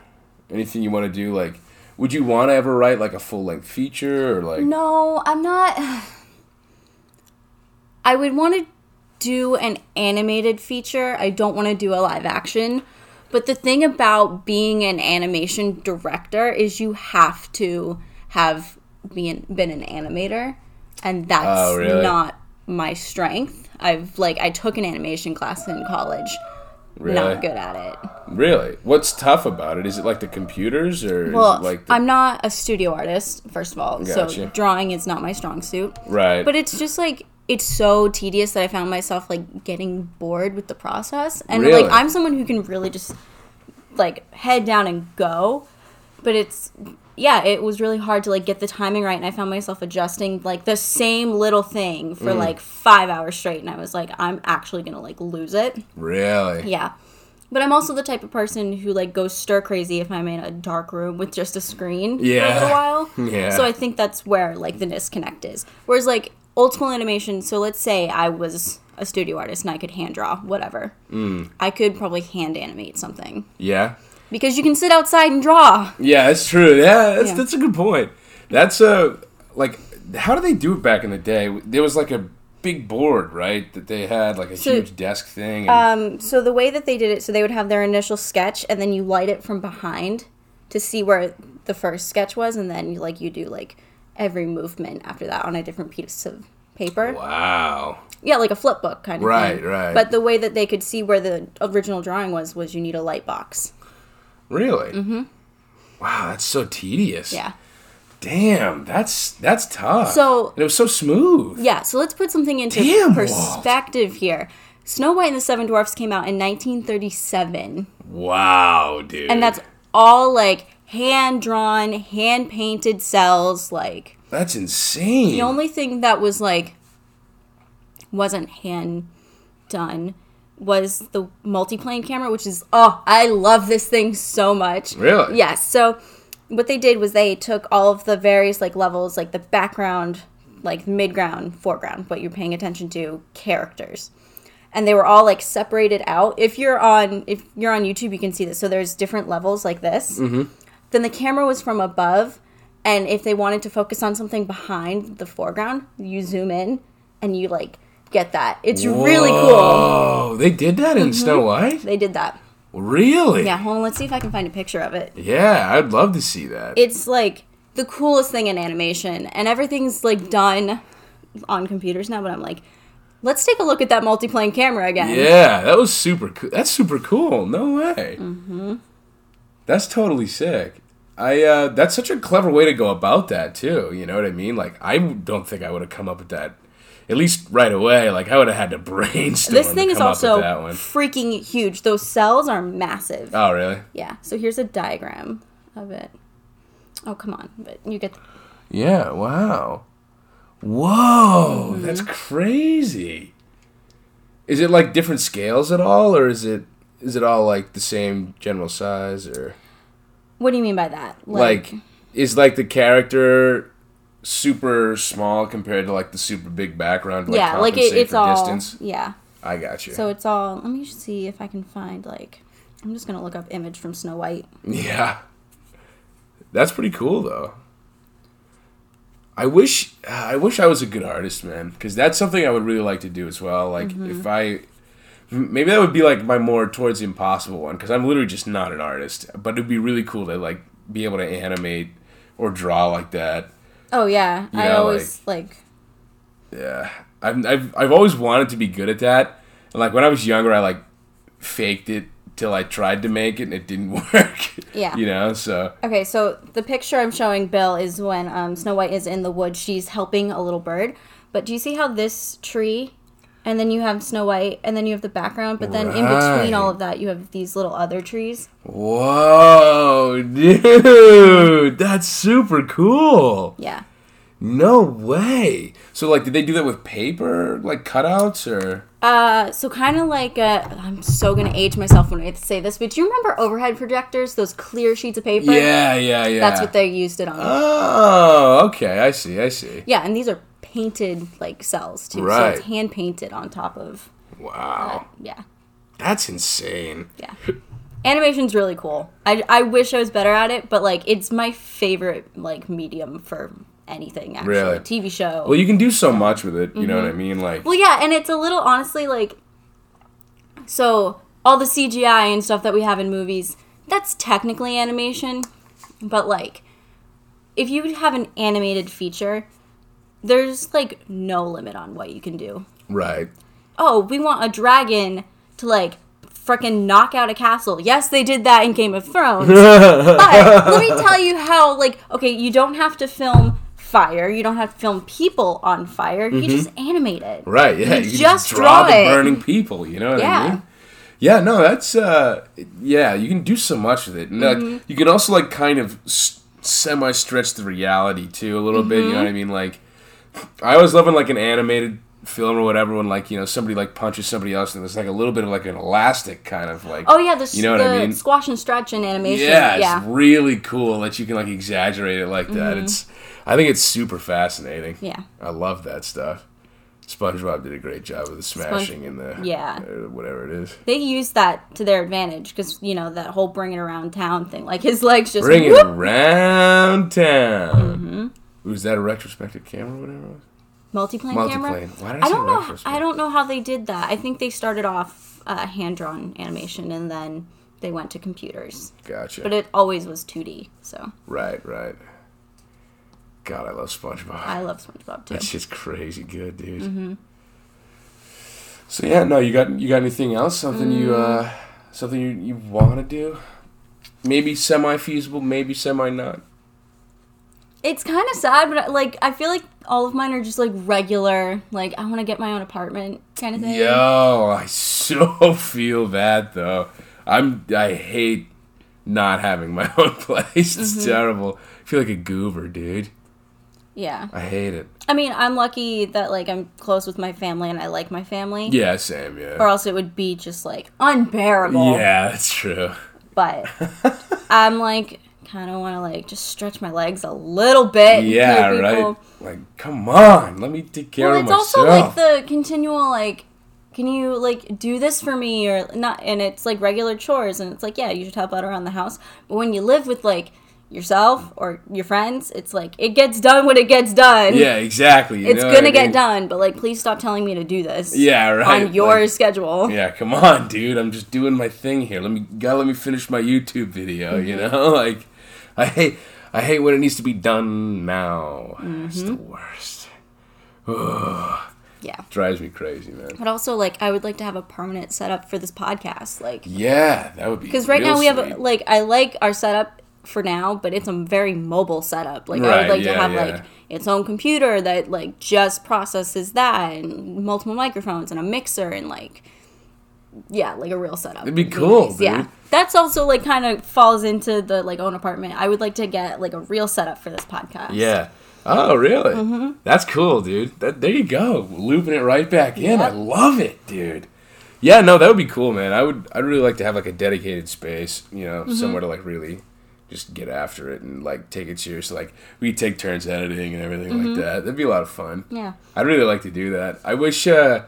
Speaker 2: Anything you want to do? Like, would you want to ever write like a full length feature or like?
Speaker 1: Mm. No, I'm not. I would want to do an animated feature. I don't want to do a live action. But the thing about being an animation director is you have to have been been an animator, and that's
Speaker 2: Oh, really?
Speaker 1: not my strength. I've like I took an animation class in college.
Speaker 2: really?
Speaker 1: Not good at it.
Speaker 2: Really? What's tough about it? Is it like the computers or
Speaker 1: Well,
Speaker 2: is it like the
Speaker 1: I'm not a studio artist, first of all. So
Speaker 2: Gotcha.
Speaker 1: drawing is not my strong suit.
Speaker 2: right?
Speaker 1: But it's just like it's so tedious that I found myself like getting bored with the process. And
Speaker 2: Really?
Speaker 1: like I'm someone who can really just like head down and go. But it's yeah, it was really hard to like get the timing right and I found myself adjusting like the same little thing
Speaker 2: Mm.
Speaker 1: for like 5 hours straight and I was like I'm actually going to like lose it.
Speaker 2: really?
Speaker 1: Yeah. But I'm also the type of person who like goes stir crazy if I'm in a dark room with just a screen for a
Speaker 2: Yeah.
Speaker 1: little while.
Speaker 2: Yeah.
Speaker 1: So I think that's where like the disconnect is. Whereas like old school animation, so let's say I was a studio artist and I could hand draw whatever.
Speaker 2: Mm.
Speaker 1: I could probably hand animate something
Speaker 2: Yeah.
Speaker 1: because you can sit outside and draw.
Speaker 2: Yeah, that's true. Yeah, that's,
Speaker 1: Yeah.
Speaker 2: that's a good point. That's a like how do they do it back in the day? There was like a big board, right? That they had like a huge desk thing. And,
Speaker 1: Um, so the way that they did it, so they would have their initial sketch, and then you light it from behind to see where the first sketch was, and then you, like you do like every movement after that on a different piece of paper.
Speaker 2: wow.
Speaker 1: Yeah, like a flip book kind of
Speaker 2: Right,
Speaker 1: thing.
Speaker 2: right.
Speaker 1: But the way that they could see where the original drawing was was you need a light box.
Speaker 2: Really? Mm-hmm. Wow, that's so tedious.
Speaker 1: Yeah.
Speaker 2: Damn, that's that's tough.
Speaker 1: So-
Speaker 2: and it was so smooth.
Speaker 1: Yeah, so let's put something into
Speaker 2: Damn, Walt.
Speaker 1: perspective here. Snow White and the Seven Dwarfs came out in 1937,
Speaker 2: Wow, dude.
Speaker 1: and that's all like hand drawn, hand painted cells like
Speaker 2: that's insane.
Speaker 1: The only thing that was like wasn't hand done was the multiplane camera, which is oh, I love this thing so much.
Speaker 2: Really?
Speaker 1: Yes. So what they did was they took all of the various like levels, like the background, like midground, foreground, what you're paying attention to, characters. And they were all like separated out. If you're on if you're on YouTube, you can see this. So there's different levels like this then the camera was from above and if they wanted to focus on something behind the foreground you zoom in and you like get that it's really cool
Speaker 2: Oh, they did that in Snow White.
Speaker 1: Mm-hmm. they did that
Speaker 2: Really?
Speaker 1: yeah hold on let's see if i can find a picture of it
Speaker 2: Yeah, I'd love to see that.
Speaker 1: it's like the coolest thing in animation and everything's like done on computers now but i'm like let's take a look at that multiplane camera again
Speaker 2: yeah, that was super. cool. That's super cool. No way. Mm-hmm. That's totally sick. I uh, that's such a clever way to go about that too. You know what I mean? Like I don't think I would have come up with that, at least right away. Like I would have had to brainstorm.
Speaker 1: this
Speaker 2: to
Speaker 1: thing is
Speaker 2: come up with
Speaker 1: also
Speaker 2: that one.
Speaker 1: freaking huge those cells are massive
Speaker 2: Oh really?
Speaker 1: yeah so here's a diagram of it oh come on but you get
Speaker 2: Yeah. Wow. Whoa,
Speaker 1: Mm-hmm.
Speaker 2: that's crazy. Is it like different scales at all, or is it is it all like the same general size, or?
Speaker 1: What do you mean by that?
Speaker 2: like is like the character super small compared to like the super big background to, like
Speaker 1: yeah, like it,
Speaker 2: compensate
Speaker 1: it's
Speaker 2: for
Speaker 1: all
Speaker 2: distance
Speaker 1: yeah.
Speaker 2: i got you
Speaker 1: So it's all. Let me see if I can find like. I'm just gonna look up image from Snow White.
Speaker 2: yeah that's pretty cool though I wish I wish I was a good artist, man, because that's something I would really like to do as well. Like
Speaker 1: Mm-hmm.
Speaker 2: if I m- maybe that would be like my more towards the impossible one because I'm literally just not an artist, but it'd be really cool to like be able to animate or draw like that.
Speaker 1: Oh yeah, I
Speaker 2: Yeah,
Speaker 1: always like,
Speaker 2: Yeah, I've, I've I've always wanted to be good at that. And like when I was younger, I like faked it till I tried to make it and it didn't work.
Speaker 1: Yeah.
Speaker 2: you know, so
Speaker 1: Okay, so the picture I'm showing Bill is when um, Snow White is in the woods. She's helping a little bird. But do you see how this tree, and then you have Snow White, and then you have the background, but then in
Speaker 2: Right.
Speaker 1: between all of that, you have these little other trees.
Speaker 2: whoa, dude, that's super cool.
Speaker 1: Yeah.
Speaker 2: No way. So like, did they do that with paper, like cutouts, or
Speaker 1: Uh, so kind of like uh, I'm so gonna age myself when I say this, but do you remember overhead projectors? Those clear sheets of paper.
Speaker 2: yeah, yeah, yeah.
Speaker 1: That's what they used it on.
Speaker 2: Oh, okay. I see. I see.
Speaker 1: yeah, and these are painted like cells too, so
Speaker 2: Right.
Speaker 1: it's hand painted on top of.
Speaker 2: Wow,
Speaker 1: Yeah.
Speaker 2: that's insane.
Speaker 1: Yeah. Animation's really cool. I, I wish I was better at it, but like it's my favorite like medium for anything actually.
Speaker 2: Really?
Speaker 1: TV show.
Speaker 2: Well, you can do so much with it. You know what I mean? Like,
Speaker 1: Mm-hmm. Well, yeah, and it's a little honestly like so all the CGI and stuff that we have in movies, that's technically animation, but like if you have an animated feature, there's like no limit on what you can do.
Speaker 2: right.
Speaker 1: oh, we want a dragon to like frickin' knock out a castle. Yes, they did that in Game of Thrones. but let me tell you how, like, okay, you don't have to film fire, you don't have to film people on fire. You just animate it.
Speaker 2: Mm-hmm. Right. Yeah.
Speaker 1: You
Speaker 2: can
Speaker 1: just
Speaker 2: draw
Speaker 1: draw
Speaker 2: the
Speaker 1: it.
Speaker 2: burning people. You know what I
Speaker 1: Yeah.
Speaker 2: mean? Yeah. No, that's uh. Yeah, you can do so much with it. And, like,
Speaker 1: Mm-hmm.
Speaker 2: you can also like kind of s- semi stretch the reality too a little bit. You know what I
Speaker 1: Mm-hmm.
Speaker 2: mean? Like, I always love when like an animated film or whatever when like you know somebody like punches somebody else and there's like a little bit of like an elastic kind of like
Speaker 1: Oh yeah, the,
Speaker 2: you know what
Speaker 1: the
Speaker 2: I mean
Speaker 1: squash and stretch and animation.
Speaker 2: yeah,
Speaker 1: Yeah, Mm-hmm.
Speaker 2: it's really cool that you can like exaggerate it like that. It's I think it's super fascinating.
Speaker 1: Yeah.
Speaker 2: I love that stuff. SpongeBob did a great job with the smashing and the
Speaker 1: Yeah.
Speaker 2: uh, whatever it is.
Speaker 1: they use that to their advantage because you know that whole bring it around town thing. Like his legs just
Speaker 2: Bring it
Speaker 1: whoop. Mm-hmm.
Speaker 2: around town. Was that a retrospective camera? Whatever it was.
Speaker 1: multiplane, camera.
Speaker 2: Multiplane. Why did I
Speaker 1: I
Speaker 2: say
Speaker 1: don't know.
Speaker 2: retrospective?
Speaker 1: I don't know how they did that. I think they started off uh, hand drawn animation and then they went to computers.
Speaker 2: Gotcha.
Speaker 1: But it always was 2D. So
Speaker 2: right, right. God, I love SpongeBob.
Speaker 1: I love SpongeBob too.
Speaker 2: That's just crazy good, dude.
Speaker 1: Mm-hmm.
Speaker 2: So yeah, no, you got you got anything else? Something you
Speaker 1: Mm.
Speaker 2: uh, something you, you want to do? Maybe semi feasible, maybe semi not.
Speaker 1: It's kind of sad, but like I feel like all of mine are just like regular. Like I want to get my own apartment kind of thing.
Speaker 2: Yo, I so feel that though. I'm I hate not having my own place. It's
Speaker 1: Mm-hmm.
Speaker 2: terrible. I feel like a goober, dude.
Speaker 1: Yeah.
Speaker 2: I hate it.
Speaker 1: I mean, I'm lucky that like I'm close with my family and I like my family.
Speaker 2: Yeah, Sam. Yeah.
Speaker 1: Or else it would be just like unbearable.
Speaker 2: yeah, that's true.
Speaker 1: But I'm like kind of want to like just stretch my legs a little bit. and
Speaker 2: Yeah,
Speaker 1: clear people.
Speaker 2: right. Like, come on, let me take care
Speaker 1: Well,
Speaker 2: of
Speaker 1: it's also
Speaker 2: myself.
Speaker 1: like the continual like, can you like do this for me or not? And it's like regular chores, and it's like yeah, you should help out around the house. But when you live with like yourself or your friends, it's like it gets done when it gets done.
Speaker 2: Yeah, exactly. you
Speaker 1: it's
Speaker 2: know
Speaker 1: gonna
Speaker 2: what I
Speaker 1: get
Speaker 2: mean?
Speaker 1: done, but like please stop telling me to do this.
Speaker 2: Yeah, right.
Speaker 1: on your
Speaker 2: Like,
Speaker 1: schedule.
Speaker 2: yeah, come on, dude. I'm just doing my thing here. Let me gotta let me finish my YouTube video. You
Speaker 1: Mm-hmm.
Speaker 2: know, like I hate I hate when it needs to be done now. It's the
Speaker 1: Mm-hmm.
Speaker 2: worst.
Speaker 1: Yeah.
Speaker 2: Drives me crazy, man.
Speaker 1: But also like I would like to have a permanent setup for this podcast, like
Speaker 2: Yeah, that would be
Speaker 1: because right
Speaker 2: real
Speaker 1: now we have
Speaker 2: sweet.
Speaker 1: a, like I like our setup for now, but it's a very mobile setup. Like I
Speaker 2: Right,
Speaker 1: would like
Speaker 2: yeah,
Speaker 1: to have
Speaker 2: yeah.
Speaker 1: like its own computer that like just processes that and multiple microphones and a mixer and like yeah, like a real setup.
Speaker 2: It'd be cool, dude.
Speaker 1: Yeah, that's also like kind of falls into the like own apartment. I would like to get like a real setup for this podcast.
Speaker 2: yeah. Oh, really?
Speaker 1: Mm-hmm.
Speaker 2: That's cool, dude. That, there you go, looping it right back in. I
Speaker 1: Yep.
Speaker 2: love it, dude. Yeah, no, that would be cool, man. I would. I'd really like to have like a dedicated space, you know,
Speaker 1: Mm-hmm.
Speaker 2: somewhere to like really just get after it and like take it serious. Like we take turns editing and everything like that. That'd be a lot of fun.
Speaker 1: Mm-hmm. yeah.
Speaker 2: I'd really like to do that. I wish. uh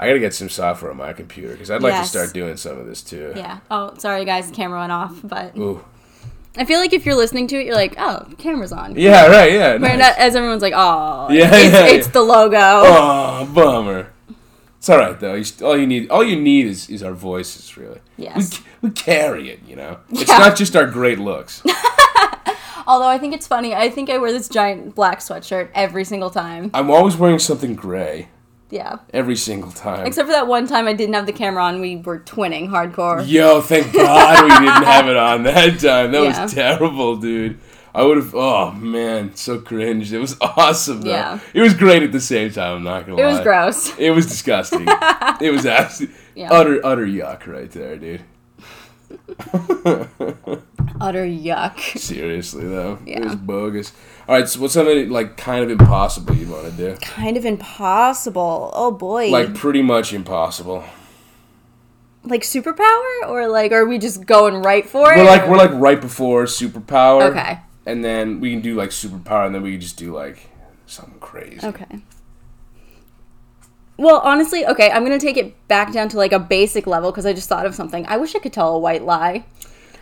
Speaker 2: I gotta get some software on my computer because I'd like
Speaker 1: Yes.
Speaker 2: to start doing some of this too.
Speaker 1: Yeah. Oh, sorry guys, the camera went off, but
Speaker 2: Ooh,
Speaker 1: I feel like if you're listening to it, you're like, oh, the camera's on.
Speaker 2: Yeah, right, yeah.
Speaker 1: Where
Speaker 2: nice.
Speaker 1: not, as everyone's like, oh,
Speaker 2: Yeah,
Speaker 1: it's,
Speaker 2: yeah,
Speaker 1: it's
Speaker 2: yeah.
Speaker 1: the logo.
Speaker 2: Oh, bummer. It's all right though. You st- all you need, all you need is, is our voices, really.
Speaker 1: Yes.
Speaker 2: We, c- we carry it, you know. It's
Speaker 1: Yeah.
Speaker 2: not just our great looks.
Speaker 1: Although I think it's funny. I think I wear this giant black sweatshirt every single time.
Speaker 2: I'm always wearing something gray
Speaker 1: Yeah.
Speaker 2: every single time.
Speaker 1: Except for that one time I didn't have the camera on. We were twinning hardcore.
Speaker 2: Yo, thank God we didn't have it on that time. That
Speaker 1: Yeah.
Speaker 2: was terrible, dude. I would have. Oh man, so cringe. It was awesome though.
Speaker 1: Yeah.
Speaker 2: It was great at the same time. I'm not gonna
Speaker 1: It
Speaker 2: lie.
Speaker 1: was gross.
Speaker 2: It was disgusting. it was absolutely
Speaker 1: Yeah.
Speaker 2: utter utter yuck right there, dude.
Speaker 1: Utter yuck.
Speaker 2: Seriously though, it
Speaker 1: Yeah.
Speaker 2: was bogus. All right, so what's something like kind of impossible you want to do?
Speaker 1: Kind of impossible. Oh boy.
Speaker 2: Like pretty much impossible.
Speaker 1: like superpower or like are we just going right for it?
Speaker 2: We're like we're like right before superpower.
Speaker 1: Okay.
Speaker 2: And then we can do like superpower, and then we can just do like something crazy.
Speaker 1: Okay. Well, honestly, okay, I'm gonna take it back down to like a basic level because I just thought of something. I wish I could tell a white lie.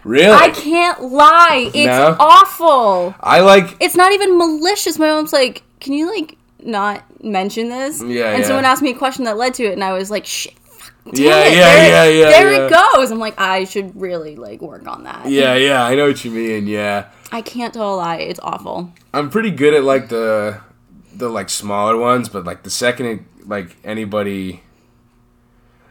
Speaker 2: Really?
Speaker 1: I can't lie. It's
Speaker 2: No?
Speaker 1: awful.
Speaker 2: I like
Speaker 1: It's not even malicious. My mom's like, "Can you like not mention this?"
Speaker 2: Yeah,
Speaker 1: And
Speaker 2: yeah.
Speaker 1: someone asked me a question that led to it, and I was like, "Shit." fuck, damn
Speaker 2: Yeah,
Speaker 1: it,
Speaker 2: yeah,
Speaker 1: there,
Speaker 2: yeah, yeah,
Speaker 1: There it
Speaker 2: yeah.
Speaker 1: goes. I'm like, I should really like work on that.
Speaker 2: Yeah, yeah, I know what you mean. Yeah,
Speaker 1: I can't tell a lie. It's awful.
Speaker 2: I'm pretty good at like the the like smaller ones, but like the second it, like anybody.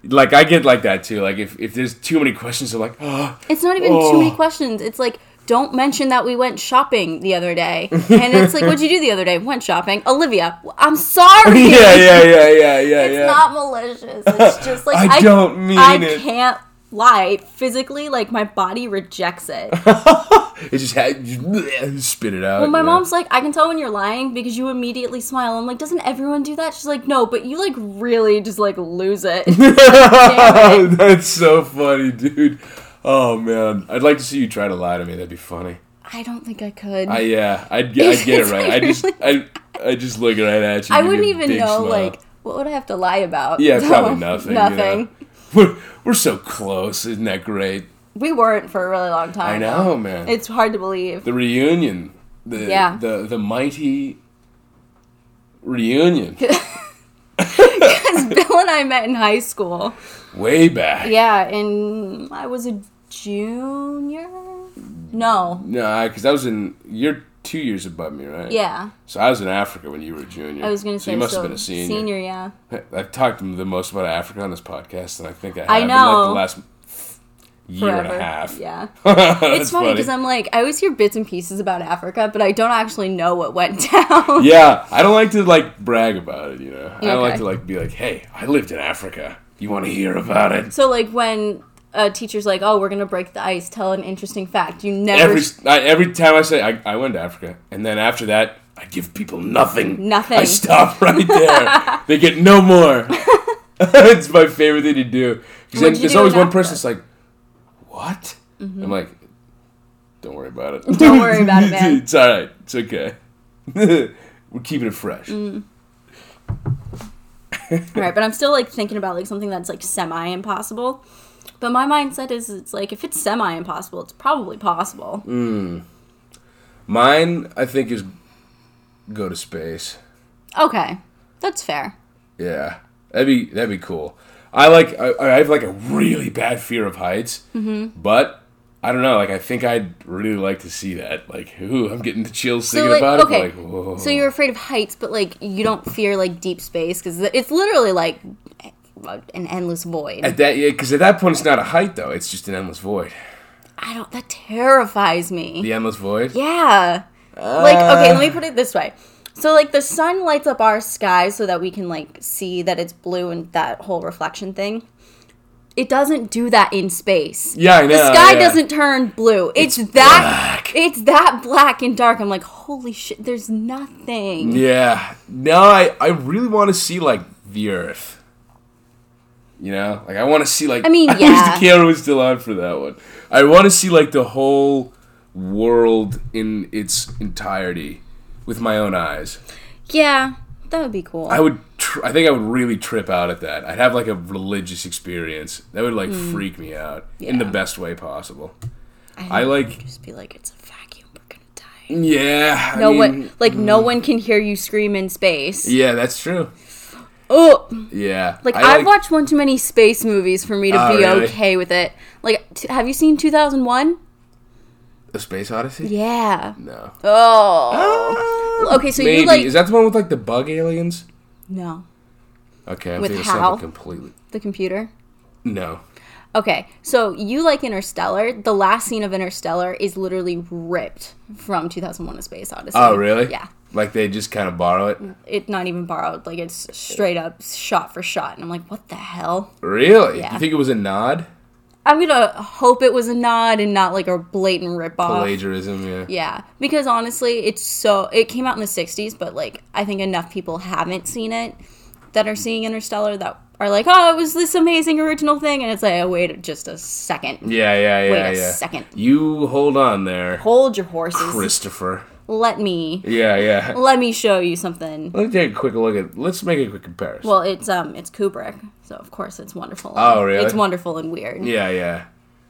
Speaker 2: Like I get like that too. Like if, if there's too many questions, I'm like, oh,
Speaker 1: It's not even too many
Speaker 2: Oh.
Speaker 1: questions. It's like, don't mention that we went shopping the other day. And it's like, what'd you do the other day? Went shopping. Olivia, w- I'm sorry.
Speaker 2: yeah, yeah, yeah, yeah, yeah,
Speaker 1: It's
Speaker 2: yeah.
Speaker 1: not malicious. It's just like,
Speaker 2: I don't mean
Speaker 1: I
Speaker 2: it.
Speaker 1: can't lie. Physically, like, my body rejects it.
Speaker 2: It just had just spit it out.
Speaker 1: Well, my
Speaker 2: you know?
Speaker 1: mom's like, I can tell when you're lying because you immediately smile. I'm like, doesn't everyone do that? She's like, no, but you, like, really just, like, lose it. Damn it.
Speaker 2: Oh, That's so funny, dude. Oh man, I'd like to see you try to lie to me. That'd be funny.
Speaker 1: I don't think I could.
Speaker 2: I yeah, I'd get, I'd get it
Speaker 1: It's
Speaker 2: right.
Speaker 1: like
Speaker 2: I just I I just look right at you.
Speaker 1: I
Speaker 2: give you
Speaker 1: wouldn't
Speaker 2: a
Speaker 1: even
Speaker 2: big
Speaker 1: know
Speaker 2: smile.
Speaker 1: like what would I have to lie about.
Speaker 2: Yeah,
Speaker 1: So,
Speaker 2: probably nothing. you know.
Speaker 1: Nothing.
Speaker 2: We're, we're so close. Isn't that great?
Speaker 1: We weren't for a really long time.
Speaker 2: I know, man.
Speaker 1: It's hard to believe.
Speaker 2: the reunion. The,
Speaker 1: Yeah.
Speaker 2: The, the mighty reunion.
Speaker 1: Because Bill and I met in high school.
Speaker 2: Way back.
Speaker 1: Yeah, and I was a junior. No.
Speaker 2: No, because I was in. You're two years above me, right?
Speaker 1: Yeah.
Speaker 2: So I was in Africa when you were a junior.
Speaker 1: I was gonna say
Speaker 2: so you must
Speaker 1: so
Speaker 2: have been a senior.
Speaker 1: yeah.
Speaker 2: I've talked the most about Africa on this podcast, and I think I have
Speaker 1: I
Speaker 2: in like
Speaker 1: know.
Speaker 2: the last year
Speaker 1: Forever.
Speaker 2: and a half.
Speaker 1: Yeah.
Speaker 2: it's
Speaker 1: It's funny because I'm like, I always hear bits and pieces about Africa, but I don't actually know what went down.
Speaker 2: Yeah, I don't like to like brag about it, you know. I don't like
Speaker 1: Okay.
Speaker 2: to like be like, "Hey, I lived in Africa. You want to hear about it?"
Speaker 1: So like when a teacher's like, "Oh, we're gonna break the ice. Tell an interesting fact." You never
Speaker 2: Every I, every time I say I, I went to Africa, and then after that, I give people nothing.
Speaker 1: Nothing.
Speaker 2: I stop right there. they get no more. it's my favorite thing to do
Speaker 1: What'd
Speaker 2: because
Speaker 1: you
Speaker 2: there's
Speaker 1: do
Speaker 2: always
Speaker 1: in
Speaker 2: one
Speaker 1: Africa? Mm-hmm.
Speaker 2: person that's like, "What?" I'm like, "Don't worry about it.
Speaker 1: Don't worry about it, man.
Speaker 2: it's all right. It's okay. We're keeping it fresh."
Speaker 1: Mm. Right, but I'm still like thinking about like something that's like semi impossible. But my mindset is it's like if it's semi impossible, it's probably possible.
Speaker 2: Mm. Mine, I think, is go to space.
Speaker 1: Okay. That's fair.
Speaker 2: Yeah, that'd be that'd be cool. I like I, I have like a really bad fear of heights, mm-hmm. but I don't know. Like I think I'd really like to see that. Like, ooh, I'm getting the chills
Speaker 1: So
Speaker 2: thinking
Speaker 1: like
Speaker 2: about
Speaker 1: okay.
Speaker 2: it. but, Like, whoa.
Speaker 1: So you're afraid of heights, but like you don't fear like deep space cuz it's literally like an endless void.
Speaker 2: at that yeah, because at that point it's not a height though. It's just an endless void.
Speaker 1: I don't that terrifies me.
Speaker 2: The endless void.
Speaker 1: Yeah. like, okay, let me put it this way. So, like, the sun lights up our sky so that we can, like, see that it's blue and that whole reflection thing. It doesn't do that in space.
Speaker 2: Yeah, I know.
Speaker 1: The sky
Speaker 2: yeah.
Speaker 1: doesn't turn blue. It's, that it's that black and dark. I'm like, holy shit, there's nothing.
Speaker 2: Yeah. No, I I really want to see like the Earth. You know, like I want to see like.
Speaker 1: I mean,
Speaker 2: wish
Speaker 1: yeah.
Speaker 2: the camera was still on for that one. I want to see like the whole world in its entirety with my own eyes.
Speaker 1: Yeah, that would be cool.
Speaker 2: I would. Tr- I think I would really trip out at that. I'd have like a religious experience that would like freak me out in the
Speaker 1: Mm. Yeah.
Speaker 2: best way possible. I like.
Speaker 1: just be like, it's a vacuum. We're gonna die.
Speaker 2: Yeah. I
Speaker 1: No
Speaker 2: mean, mm.
Speaker 1: one, like no one can hear you scream in space.
Speaker 2: Yeah, that's true.
Speaker 1: Oh,
Speaker 2: Yeah.
Speaker 1: like
Speaker 2: I
Speaker 1: I've watched one too many space movies for me to
Speaker 2: Oh,
Speaker 1: be
Speaker 2: really?
Speaker 1: okay with it. Like, t- have you seen 2001?
Speaker 2: The Space Odyssey.
Speaker 1: Yeah.
Speaker 2: No. Ah.
Speaker 1: Oh. Okay, so
Speaker 2: Maybe
Speaker 1: you like
Speaker 2: is that the one with like the bug aliens?
Speaker 1: no
Speaker 2: Okay, I'm
Speaker 1: With
Speaker 2: thinking
Speaker 1: Hal?
Speaker 2: something completely.
Speaker 1: the computer.
Speaker 2: No.
Speaker 1: Okay, so you like Interstellar. The last scene of Interstellar is literally ripped from 2001: A Space Odyssey.
Speaker 2: Oh, really?
Speaker 1: Yeah.
Speaker 2: Like they just kind of borrow it.
Speaker 1: It's not even borrowed. Like it's straight up shot for shot, and I'm like, what the hell?
Speaker 2: Really?
Speaker 1: Yeah.
Speaker 2: You think it was a nod?
Speaker 1: I'm gonna hope it was a nod and not like a blatant ripoff.
Speaker 2: Plagiarism. Yeah.
Speaker 1: Yeah, because honestly, it's so it came out in the '60s, but like I think enough people haven't seen it that are seeing Interstellar that are like, oh, it was this amazing original thing, and it's like, oh, wait just a second,
Speaker 2: Yeah. Yeah. Yeah.
Speaker 1: wait a
Speaker 2: yeah.
Speaker 1: second,
Speaker 2: You hold on there,
Speaker 1: hold your horses,
Speaker 2: Christopher.
Speaker 1: let me
Speaker 2: Yeah. Yeah.
Speaker 1: let me show you something.
Speaker 2: Let's take a quick look at. Let's make a quick comparison.
Speaker 1: Well, it's um, it's Kubrick, so of course it's wonderful.
Speaker 2: Oh, really?
Speaker 1: It's wonderful and weird.
Speaker 2: yeah. Yeah.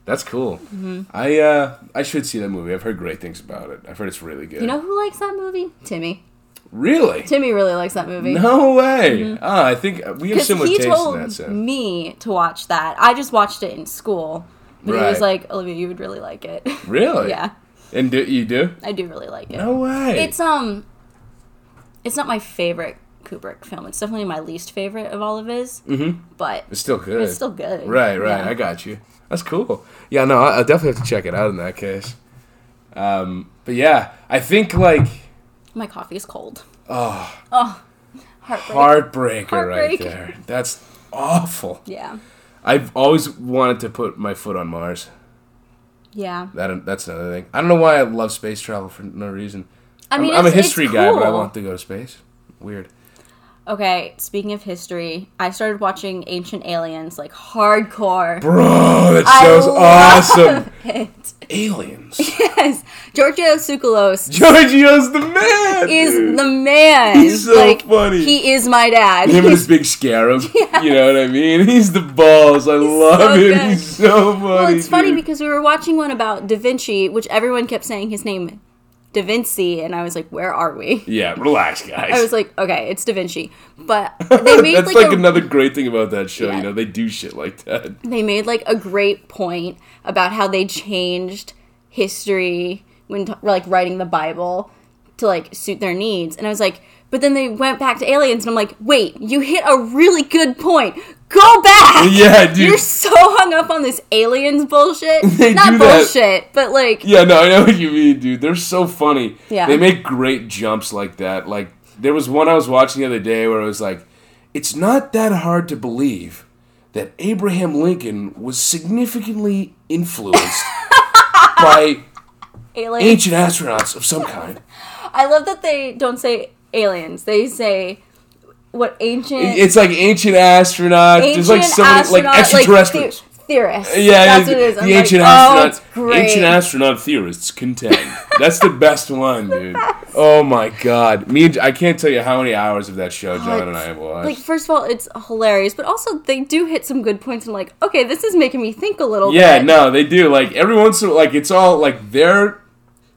Speaker 2: That's cool.
Speaker 1: Mm-hmm.
Speaker 2: I uh I should see that movie. I've heard great things about it. I've heard it's really good.
Speaker 1: You know who likes that movie? Timmy.
Speaker 2: really?
Speaker 1: Timmy really likes that movie.
Speaker 2: No way. Ah, I think we have
Speaker 1: Mm-hmm. because
Speaker 2: similar
Speaker 1: he
Speaker 2: tastes
Speaker 1: told
Speaker 2: in that sense.
Speaker 1: me to watch that. I just watched it in school, but he was
Speaker 2: Right.
Speaker 1: like, "Olivia, you would really like it."
Speaker 2: Really?
Speaker 1: yeah,
Speaker 2: And do you do?
Speaker 1: I do really like it.
Speaker 2: No way.
Speaker 1: It's um, it's not my favorite Kubrick film. It's definitely my least favorite of all of his. Mm-hmm. But
Speaker 2: It's still good.
Speaker 1: it's still good.
Speaker 2: Right, right.
Speaker 1: Yeah.
Speaker 2: I got you. That's cool. Yeah, no, I, I definitely have to check it out in that case. Um, but yeah, I think like
Speaker 1: my coffee is cold.
Speaker 2: oh,
Speaker 1: Heartbreak.
Speaker 2: heartbreaker
Speaker 1: Heartbreak.
Speaker 2: right there. That's awful.
Speaker 1: yeah,
Speaker 2: I've always wanted to put my foot on Mars.
Speaker 1: yeah.
Speaker 2: That that's another thing. I don't know why I love space travel for no reason.
Speaker 1: I mean,
Speaker 2: I'm, I'm a
Speaker 1: it's- it's
Speaker 2: history guy, but I
Speaker 1: cool.
Speaker 2: want to go to space. Weird.
Speaker 1: Okay, speaking of history, I started watching Ancient Aliens like hardcore.
Speaker 2: Bro, that
Speaker 1: I
Speaker 2: show's
Speaker 1: love
Speaker 2: awesome.
Speaker 1: it.
Speaker 2: Aliens.
Speaker 1: Yes, Giorgio Tsoukalos
Speaker 2: Giorgio's the man.
Speaker 1: is
Speaker 2: dude.
Speaker 1: the man.
Speaker 2: He's so funny.
Speaker 1: He is my dad.
Speaker 2: him and his big scarab. You know what I mean? He's the balls. I love
Speaker 1: so
Speaker 2: him.
Speaker 1: good.
Speaker 2: He's so funny.
Speaker 1: well, it's funny
Speaker 2: dude.
Speaker 1: because we were watching one about Da Vinci, which everyone kept saying his name Da Vinci, and I was like, "Where are we?"
Speaker 2: yeah, relax, guys.
Speaker 1: I was like, "Okay, it's Da Vinci," but they made
Speaker 2: That's
Speaker 1: like,
Speaker 2: like
Speaker 1: a,
Speaker 2: another great thing about that show.
Speaker 1: Yeah.
Speaker 2: You know, they do shit like that.
Speaker 1: they made like a great point about how they changed history when t- like writing the Bible to like suit their needs, and I was like. But then they went back to aliens, and I'm like, wait, you hit a really good point. Go back!
Speaker 2: Yeah, dude.
Speaker 1: You're so hung up on this aliens bullshit.
Speaker 2: They
Speaker 1: Not
Speaker 2: do that.
Speaker 1: bullshit, but like
Speaker 2: Yeah, no, I know what you mean, dude. They're so funny.
Speaker 1: Yeah.
Speaker 2: They make great jumps like that. Like there was one I was watching the other day where it was like, it's not that hard to believe that Abraham Lincoln was significantly influenced by
Speaker 1: aliens.
Speaker 2: ancient astronauts of some kind.
Speaker 1: I love that they don't say aliens. They say what ancient
Speaker 2: It's like ancient astronauts.
Speaker 1: ancient
Speaker 2: There's like so many
Speaker 1: astronaut,
Speaker 2: like
Speaker 1: like,
Speaker 2: extraterrestrials.
Speaker 1: the- theorists.
Speaker 2: yeah,
Speaker 1: that's what it is.
Speaker 2: the
Speaker 1: I'm
Speaker 2: ancient
Speaker 1: like, Oh, it's
Speaker 2: astronauts.
Speaker 1: great.
Speaker 2: ancient astronaut theorists contend. That's the best one, dude. Oh my god, me and I can't tell you how many hours of that show John and I have watched.
Speaker 1: Oh, like first of all, it's hilarious, but also they do hit some good points. I'm like, okay, this is making me think a little
Speaker 2: yeah,
Speaker 1: bit.
Speaker 2: no, they do. Like every once in like it's all like their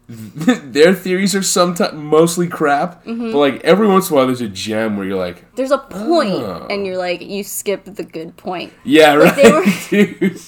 Speaker 2: their theories are sometimes mostly crap,
Speaker 1: Mm-hmm.
Speaker 2: but like every once in a while there's a gem where you're like,
Speaker 1: There's a point,
Speaker 2: Oh.
Speaker 1: and you're like, you skip the good point.
Speaker 2: yeah, right,
Speaker 1: they were-
Speaker 2: dude.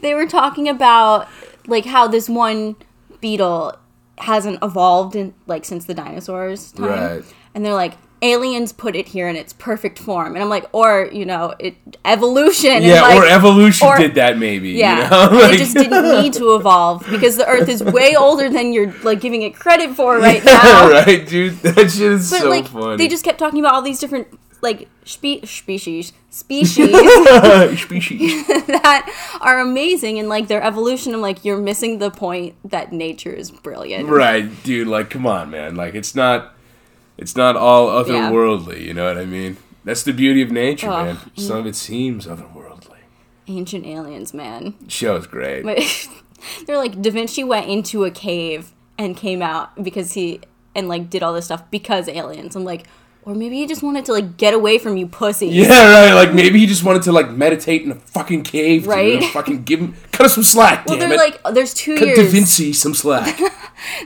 Speaker 1: they were talking about like how this one beetle hasn't evolved in like since the dinosaurs time.
Speaker 2: Right.
Speaker 1: And they're like aliens put it here in its perfect form and I'm like or you know it evolution and,
Speaker 2: Yeah,
Speaker 1: like,
Speaker 2: or evolution
Speaker 1: or-
Speaker 2: did that maybe.
Speaker 1: yeah,
Speaker 2: you know?
Speaker 1: it
Speaker 2: Like-
Speaker 1: just didn't need to evolve because the Earth is way older than you're like giving it credit for right now.
Speaker 2: right, dude. That shit is
Speaker 1: But
Speaker 2: so
Speaker 1: like
Speaker 2: funny.
Speaker 1: they just kept talking about all these different like spe- species species
Speaker 2: species.
Speaker 1: that are amazing and like their evolution. I'm like you're missing the point that nature is brilliant.
Speaker 2: right, dude. Like, come on, man. Like, it's not, it's not all otherworldly. You know what I mean? That's the beauty of nature,
Speaker 1: Oh,
Speaker 2: man. Some of it seems otherworldly.
Speaker 1: Ancient aliens, man.
Speaker 2: Show's great.
Speaker 1: But they're like Da Vinci went into a cave and came out because he and like did all this stuff because aliens. I'm like, Or maybe he just wanted to like get away from you pussies.
Speaker 2: Yeah, right. Like maybe he just wanted to like meditate in a fucking cave, dude,
Speaker 1: Right?
Speaker 2: and Fucking give him cut us some slack.
Speaker 1: Well,
Speaker 2: damn
Speaker 1: they're
Speaker 2: it.
Speaker 1: like, there's two
Speaker 2: cut Da
Speaker 1: years.
Speaker 2: Vinci some slack.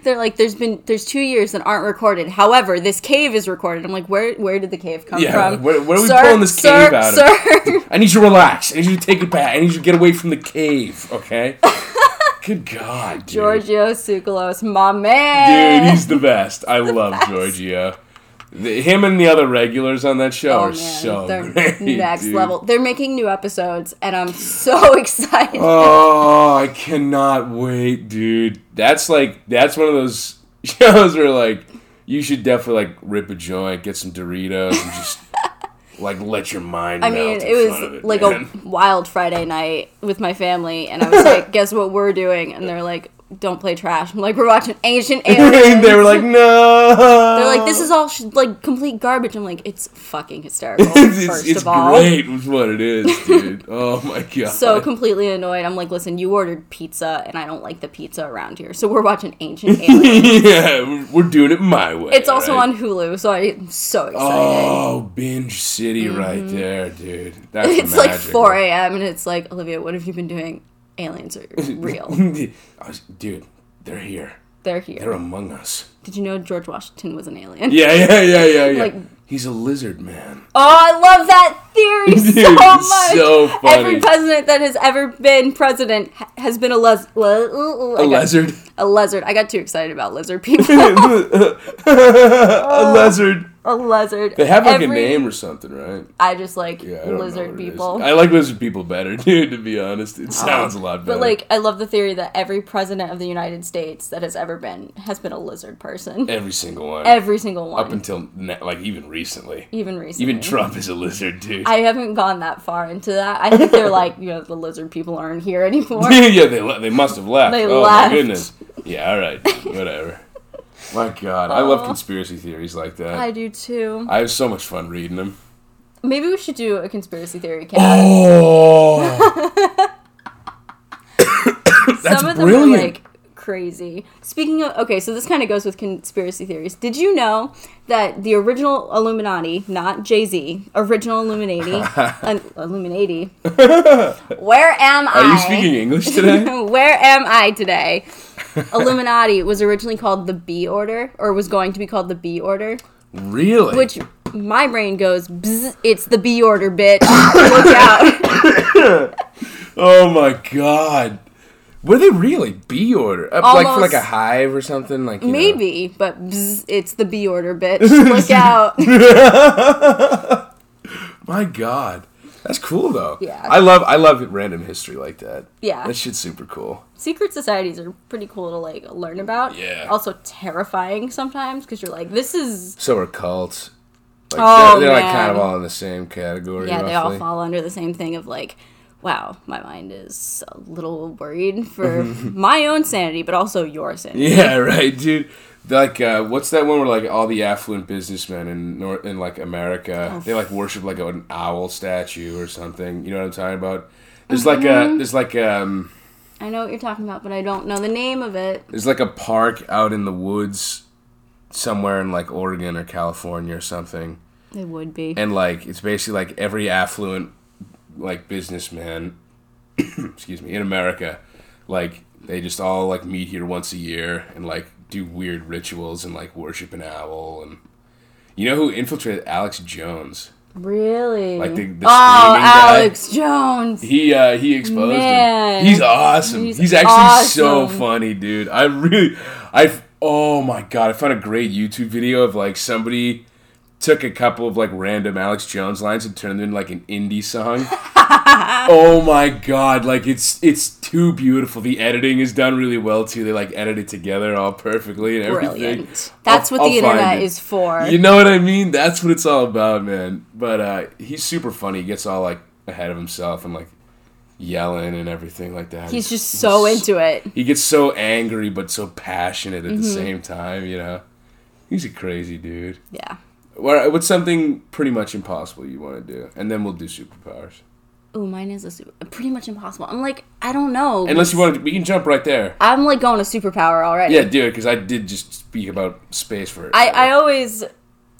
Speaker 1: They're like, there's been there's two years that aren't recorded. However, this cave is recorded. I'm like, where where did the cave come
Speaker 2: Yeah,
Speaker 1: from?
Speaker 2: like, where- where are we
Speaker 1: Sir,
Speaker 2: pulling this
Speaker 1: sir,
Speaker 2: cave out of?
Speaker 1: Sir,
Speaker 2: I need you to relax. I need you to take it back. I need you to get away from the cave. Okay. Good God, dude.
Speaker 1: Giorgio Tsoukalos, my man.
Speaker 2: Dude, he's the best. I love Giorgio. The- him and the other regulars on that show
Speaker 1: Oh,
Speaker 2: are
Speaker 1: man,
Speaker 2: so
Speaker 1: they're
Speaker 2: great.
Speaker 1: next
Speaker 2: dude.
Speaker 1: level. They're making new episodes, and I'm so excited.
Speaker 2: Oh, I cannot wait, dude. That's like that's one of those shows where like you should definitely like rip a joint, get some Doritos, and just like let your mind.
Speaker 1: I mean,
Speaker 2: melt in
Speaker 1: it was
Speaker 2: front of it,
Speaker 1: like
Speaker 2: man.
Speaker 1: a wild Friday night with my family, and I was like, "Guess what we're doing?" And they're like, "Don't play trash." I'm like, "We're watching Ancient Aliens."
Speaker 2: they were like, "Oh." no.
Speaker 1: They're like, this is all sh- like complete garbage. I'm like, it's fucking hysterical.
Speaker 2: it's,
Speaker 1: first
Speaker 2: it's
Speaker 1: of all,
Speaker 2: great, is what it is, dude. oh my god.
Speaker 1: so completely annoyed. I'm like, listen, you ordered pizza, and I don't like the pizza around here, so we're watching Ancient Aliens.
Speaker 2: yeah, we're- we're doing it my way.
Speaker 1: It's also
Speaker 2: right?
Speaker 1: on Hulu, so I'm so excited.
Speaker 2: Oh, binge city right there, dude. That's
Speaker 1: Mm-hmm. it's
Speaker 2: magical.
Speaker 1: like 4 a.m. and it's like, Olivia, what have you been doing? Aliens are real.
Speaker 2: I was- dude, they're here.
Speaker 1: They're
Speaker 2: They're
Speaker 1: here.
Speaker 2: among us.
Speaker 1: Did you know George Washington was an alien?
Speaker 2: Yeah, yeah, yeah, yeah, yeah.
Speaker 1: Like-
Speaker 2: He's a lizard man.
Speaker 1: Oh, I love that theory so
Speaker 2: Dude,
Speaker 1: much.
Speaker 2: it's so funny.
Speaker 1: Every president that has ever been president ha- has been a les- le- le-
Speaker 2: A
Speaker 1: I got-
Speaker 2: lizard.
Speaker 1: A lizard. I got too excited about lizard people.
Speaker 2: a lizard.
Speaker 1: a lizard.
Speaker 2: They have like
Speaker 1: Uh, Every-
Speaker 2: a name or something, right?
Speaker 1: I just like
Speaker 2: Yeah, I don't know
Speaker 1: lizard
Speaker 2: what it is.
Speaker 1: people. Oh,
Speaker 2: I like lizard people better, dude. To be honest, it sounds a lot better.
Speaker 1: But like, I love the theory that every president of the United States that has ever been has been a lizard person.
Speaker 2: every single one,
Speaker 1: Every single one,
Speaker 2: up until na- like even recently,
Speaker 1: even recently.
Speaker 2: even Trump is a lizard, dude.
Speaker 1: I haven't gone that far into that. I think they're like, you know, the lizard people aren't here anymore.
Speaker 2: yeah, they le- they must have left.
Speaker 1: They
Speaker 2: oh
Speaker 1: left.
Speaker 2: my goodness. Yeah, all right, whatever. my God, I love conspiracy theories like that.
Speaker 1: I do too.
Speaker 2: I have so much fun reading them.
Speaker 1: Maybe we should do a conspiracy theory cast.
Speaker 2: Oh, that's
Speaker 1: Some of them are
Speaker 2: brilliant.
Speaker 1: like crazy. Speaking of, okay, so this kind of goes with conspiracy theories. Did you know that the original Illuminati, not Jay Z, original Illuminati, un- Illuminati, where am I?
Speaker 2: Are you speaking English today?
Speaker 1: Where am I today? Illuminati was originally called the B Order, or was going to be called the B Order,
Speaker 2: really?
Speaker 1: which my brain goes, Bzz, it's the B Order, bitch. Look out.
Speaker 2: oh my God. Were they really bee order? Uh, like for
Speaker 1: Almost.
Speaker 2: like a hive or something? Like you know.
Speaker 1: Maybe, but bzz, it's the B Order, bitch. Look out.
Speaker 2: My God, that's cool though.
Speaker 1: Yeah.
Speaker 2: I love I love random history like that.
Speaker 1: Yeah.
Speaker 2: that shit's super cool.
Speaker 1: secret societies are pretty cool to like learn about.
Speaker 2: Yeah.
Speaker 1: Also terrifying sometimes because you're like, this is.
Speaker 2: So are cults. Like,
Speaker 1: Oh,
Speaker 2: they're, they're like
Speaker 1: man.
Speaker 2: kind of all in the same category.
Speaker 1: Yeah, they all
Speaker 2: roughly.
Speaker 1: fall under the same thing of like, wow, my mind is a little worried for my own sanity, but also your sanity.
Speaker 2: Yeah, right, dude. Like, uh, what's that one where like all the affluent businessmen in North in like America, they like worship like an owl statue or something. You know what I'm talking about? There's like
Speaker 1: Mm-hmm.
Speaker 2: a there's like um
Speaker 1: I know what you're talking about, but I don't know the name of it.
Speaker 2: there's like a park out in the woods somewhere in like Oregon or California or something,
Speaker 1: It would be.
Speaker 2: and like it's basically like every affluent like businessman, excuse me, in America, like they just all like meet here once a year and like do weird rituals and like worship an owl and you know who infiltrated Alex Jones?
Speaker 1: really?
Speaker 2: Like the, the
Speaker 1: oh,
Speaker 2: screaming guy?
Speaker 1: Alex Jones.
Speaker 2: He uh, he exposed
Speaker 1: Man.
Speaker 2: him. He's awesome.
Speaker 1: He's
Speaker 2: He's, actually so
Speaker 1: awesome.
Speaker 2: funny, dude. I really, I oh my god, I found a great YouTube video of like somebody took a couple of like random Alex Jones lines and turned them into like an indie song. oh my god, like it's it's too beautiful. The editing is done really well too. They like edit it together all perfectly and everything.
Speaker 1: Brilliant. That's
Speaker 2: I'll-
Speaker 1: what the
Speaker 2: I'll find
Speaker 1: internet
Speaker 2: it.
Speaker 1: is for.
Speaker 2: You know what I mean? That's what it's all about, man. But uh, he's super funny. He gets all like ahead of himself and like yelling and everything like that.
Speaker 1: He's just so into Mm-hmm. it.
Speaker 2: He gets so angry but so passionate at the same time. You know, he's a crazy dude.
Speaker 1: Yeah.
Speaker 2: What, what's something pretty much impossible you want to do? And then we'll do superpowers.
Speaker 1: Ooh, mine is a super, pretty much impossible. I'm like, I don't know.
Speaker 2: Unless you want to, we can jump right there.
Speaker 1: I'm like going to superpower already.
Speaker 2: Yeah, do it because I did just speak about space for. uh,
Speaker 1: I, I always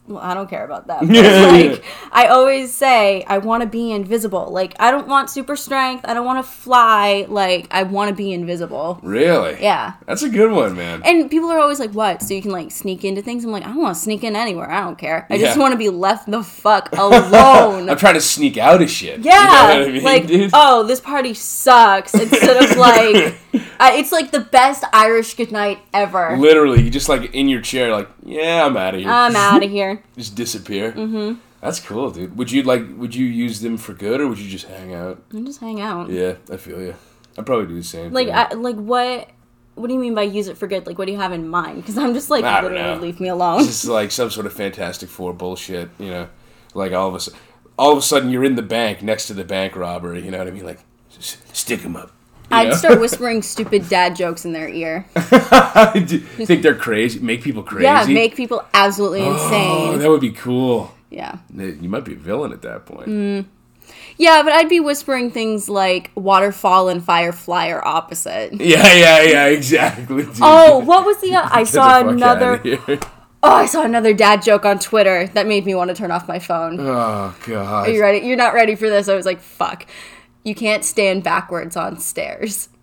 Speaker 1: well, I don't care about that. But, like I always say, I want to be invisible. Like I don't want super strength. I don't want to fly. Like I want to be invisible.
Speaker 2: Really?
Speaker 1: Yeah.
Speaker 2: That's a good one, man.
Speaker 1: And people are always like, "What?" So you can like sneak into things. I'm like, I don't want to sneak in anywhere. I don't care. I just
Speaker 2: Yeah.
Speaker 1: want to be left the fuck alone.
Speaker 2: I'm trying to sneak out of shit. You know
Speaker 1: Yeah,
Speaker 2: what I mean,
Speaker 1: like
Speaker 2: dude?
Speaker 1: oh, this party sucks. Instead of like, I, it's like the best Irish goodnight ever.
Speaker 2: Literally, you just like in your chair, like, yeah, I'm out of here.
Speaker 1: I'm out of here.
Speaker 2: just disappear. Mm-hmm. That's cool, dude. Would you like? Would you use them for good, or would you just hang out?
Speaker 1: I just hang out.
Speaker 2: Yeah, I feel you. I'd probably do the same.
Speaker 1: Mm. Like,
Speaker 2: thing.
Speaker 1: I, like what? What do you mean by use it for good? Like, what do you have in mind? Because I'm just like,
Speaker 2: I don't
Speaker 1: literally,
Speaker 2: know.
Speaker 1: leave me alone.
Speaker 2: This is like some sort of Fantastic Four bullshit, you know. Like all of a sudden, all of a sudden, you're in the bank next to the bank robber. You know what I mean? Like, s- stick them up. you know?
Speaker 1: I'd start whispering stupid dad jokes in their ear.
Speaker 2: Do you think they're crazy. Make people crazy.
Speaker 1: Yeah, make people absolutely
Speaker 2: Oh,
Speaker 1: insane.
Speaker 2: that would be cool.
Speaker 1: yeah.
Speaker 2: You might be a villain at that point.
Speaker 1: Mm. Yeah, but I'd be whispering things like waterfall and firefly are opposite.
Speaker 2: Yeah, yeah, yeah. Exactly. dude.
Speaker 1: Oh, what was the? I
Speaker 2: Get the fuck
Speaker 1: saw
Speaker 2: outta
Speaker 1: another.
Speaker 2: here.
Speaker 1: Oh, I saw another dad joke on Twitter that made me want to turn off my phone.
Speaker 2: Oh god.
Speaker 1: Are you ready? You're not ready for this. I was like, fuck. You can't stand backwards on stairs.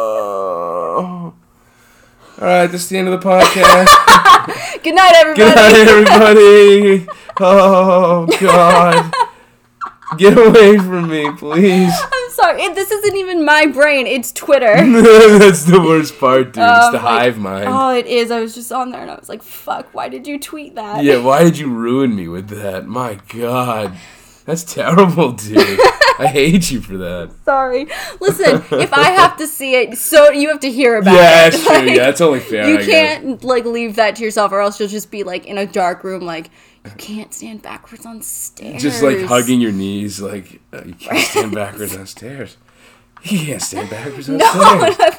Speaker 2: Oh. All right, that's the end of the podcast.
Speaker 1: Good night, everybody.
Speaker 2: Get out of here, everybody! Oh God! Get away from me, please!
Speaker 1: I'm sorry. It, this isn't even my brain. It's Twitter.
Speaker 2: That's the worst part, dude. it's
Speaker 1: Um,
Speaker 2: the
Speaker 1: like-
Speaker 2: hive mind.
Speaker 1: oh, it is. I was just on there and I was like, fuck, why did you tweet that?
Speaker 2: Yeah, why did you ruin me with that? My God, that's terrible, dude. I hate you for that.
Speaker 1: Sorry. Listen, if I have to see it, so you have to hear about
Speaker 2: Yeah,
Speaker 1: it.
Speaker 2: that's true.
Speaker 1: Like,
Speaker 2: Yeah, that's only fair.
Speaker 1: you
Speaker 2: I guess.
Speaker 1: can't like leave that to yourself, or else you'll just be like in a dark room, like you can't stand backwards on stairs.
Speaker 2: Just like hugging your knees, like uh, you can't stand backwards on stairs. You can't stand backwards on
Speaker 1: No,
Speaker 2: stairs.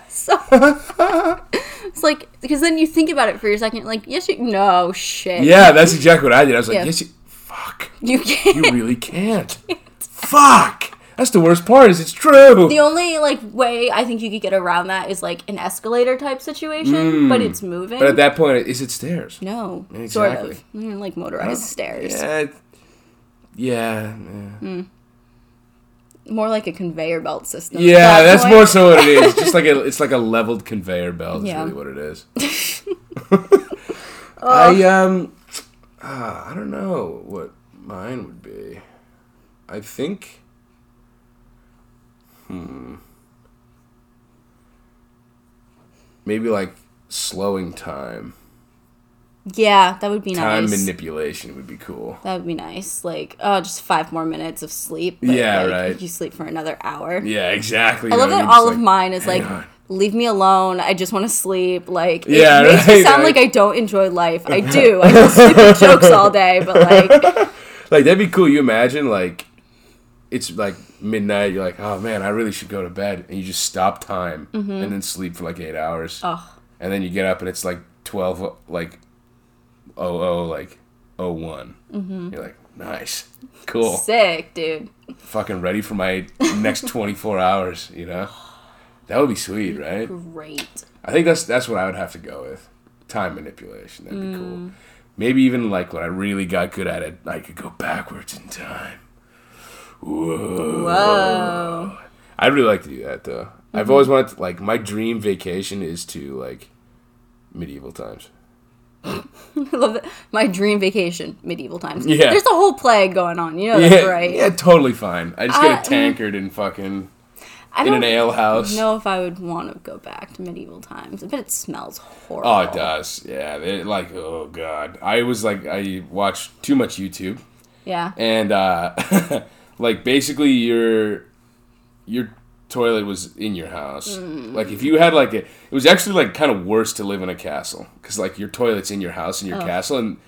Speaker 1: I'm so. it's like because then you think about it for a second, like yes, you no shit,
Speaker 2: Yeah, that's exactly what I did. I was like,
Speaker 1: Yeah.
Speaker 2: yes, you. Fuck.
Speaker 1: you
Speaker 2: You
Speaker 1: can't.
Speaker 2: really can't. Fuck. That's the worst part. Is it's true.
Speaker 1: The only like way I think you could get around that is like an escalator type situation, but it's moving.
Speaker 2: Mm. but at that point, is it stairs?
Speaker 1: no, sort
Speaker 2: Exactly.
Speaker 1: of Mm, like motorized stairs,
Speaker 2: Yeah. it- Yeah. Yeah,
Speaker 1: more like a conveyor belt system. at
Speaker 2: Yeah,
Speaker 1: that
Speaker 2: that's
Speaker 1: point.
Speaker 2: more so what it is. Just like a, it's like a leveled conveyor belt. Is
Speaker 1: Yeah.
Speaker 2: really what it is.
Speaker 1: Oh.
Speaker 2: I um, ah, I don't know what mine would be. I think. Hmm. Maybe like slowing time.
Speaker 1: Yeah, that would be
Speaker 2: Time
Speaker 1: nice.
Speaker 2: manipulation would be cool.
Speaker 1: that would be nice. Like, oh, just five more minutes of sleep. but,
Speaker 2: Yeah,
Speaker 1: like,
Speaker 2: right.
Speaker 1: If you sleep for another hour.
Speaker 2: Yeah, exactly.
Speaker 1: I
Speaker 2: you
Speaker 1: love
Speaker 2: know,
Speaker 1: that
Speaker 2: you're just
Speaker 1: all of
Speaker 2: like-
Speaker 1: mine is like,
Speaker 2: on.
Speaker 1: leave me alone. I just want to sleep. Like, it
Speaker 2: Yeah,
Speaker 1: makes me
Speaker 2: right,
Speaker 1: sound
Speaker 2: right.
Speaker 1: like I don't enjoy life. I do. I do stupid jokes all day, but like,
Speaker 2: Like that'd be cool. You imagine like it's like midnight. You're like, oh man, I really should go to bed, and you just stop time and then sleep for like eight hours,
Speaker 1: oh,
Speaker 2: and then you get up and it's like twelve, like oh oh like oh one. You're like, nice, cool,
Speaker 1: sick, dude.
Speaker 2: fucking ready for my next twenty four hours. You know, that would be sweet, right?
Speaker 1: Great.
Speaker 2: I think that's that's what I would have to go with. Time manipulation. That'd be cool. Maybe even like when I really got good at it, I could go backwards in time. Whoa.
Speaker 1: Whoa.
Speaker 2: I'd really like to do that though.
Speaker 1: Mm-hmm.
Speaker 2: I've always wanted to, like my dream vacation is to like medieval times.
Speaker 1: I love that. My dream vacation, medieval times.
Speaker 2: Yeah.
Speaker 1: There's a whole plague going on. You know
Speaker 2: Yeah,
Speaker 1: that's right. Uh, mm.
Speaker 2: yeah, totally fine. I just get
Speaker 1: I-
Speaker 2: a tankard and fucking
Speaker 1: I
Speaker 2: in
Speaker 1: don't
Speaker 2: an ale house.
Speaker 1: know if I would want to go back to medieval times. I bet it smells horrible.
Speaker 2: Oh, it does. Yeah, they, like oh god. I was like I watched too much YouTube.
Speaker 1: Yeah.
Speaker 2: and uh, like basically your your toilet was in your house.
Speaker 1: Mm.
Speaker 2: Like if you had like a, it was actually like kind of worse to live in a castle because like your toilet's in your house in your
Speaker 1: Oh.
Speaker 2: castle, and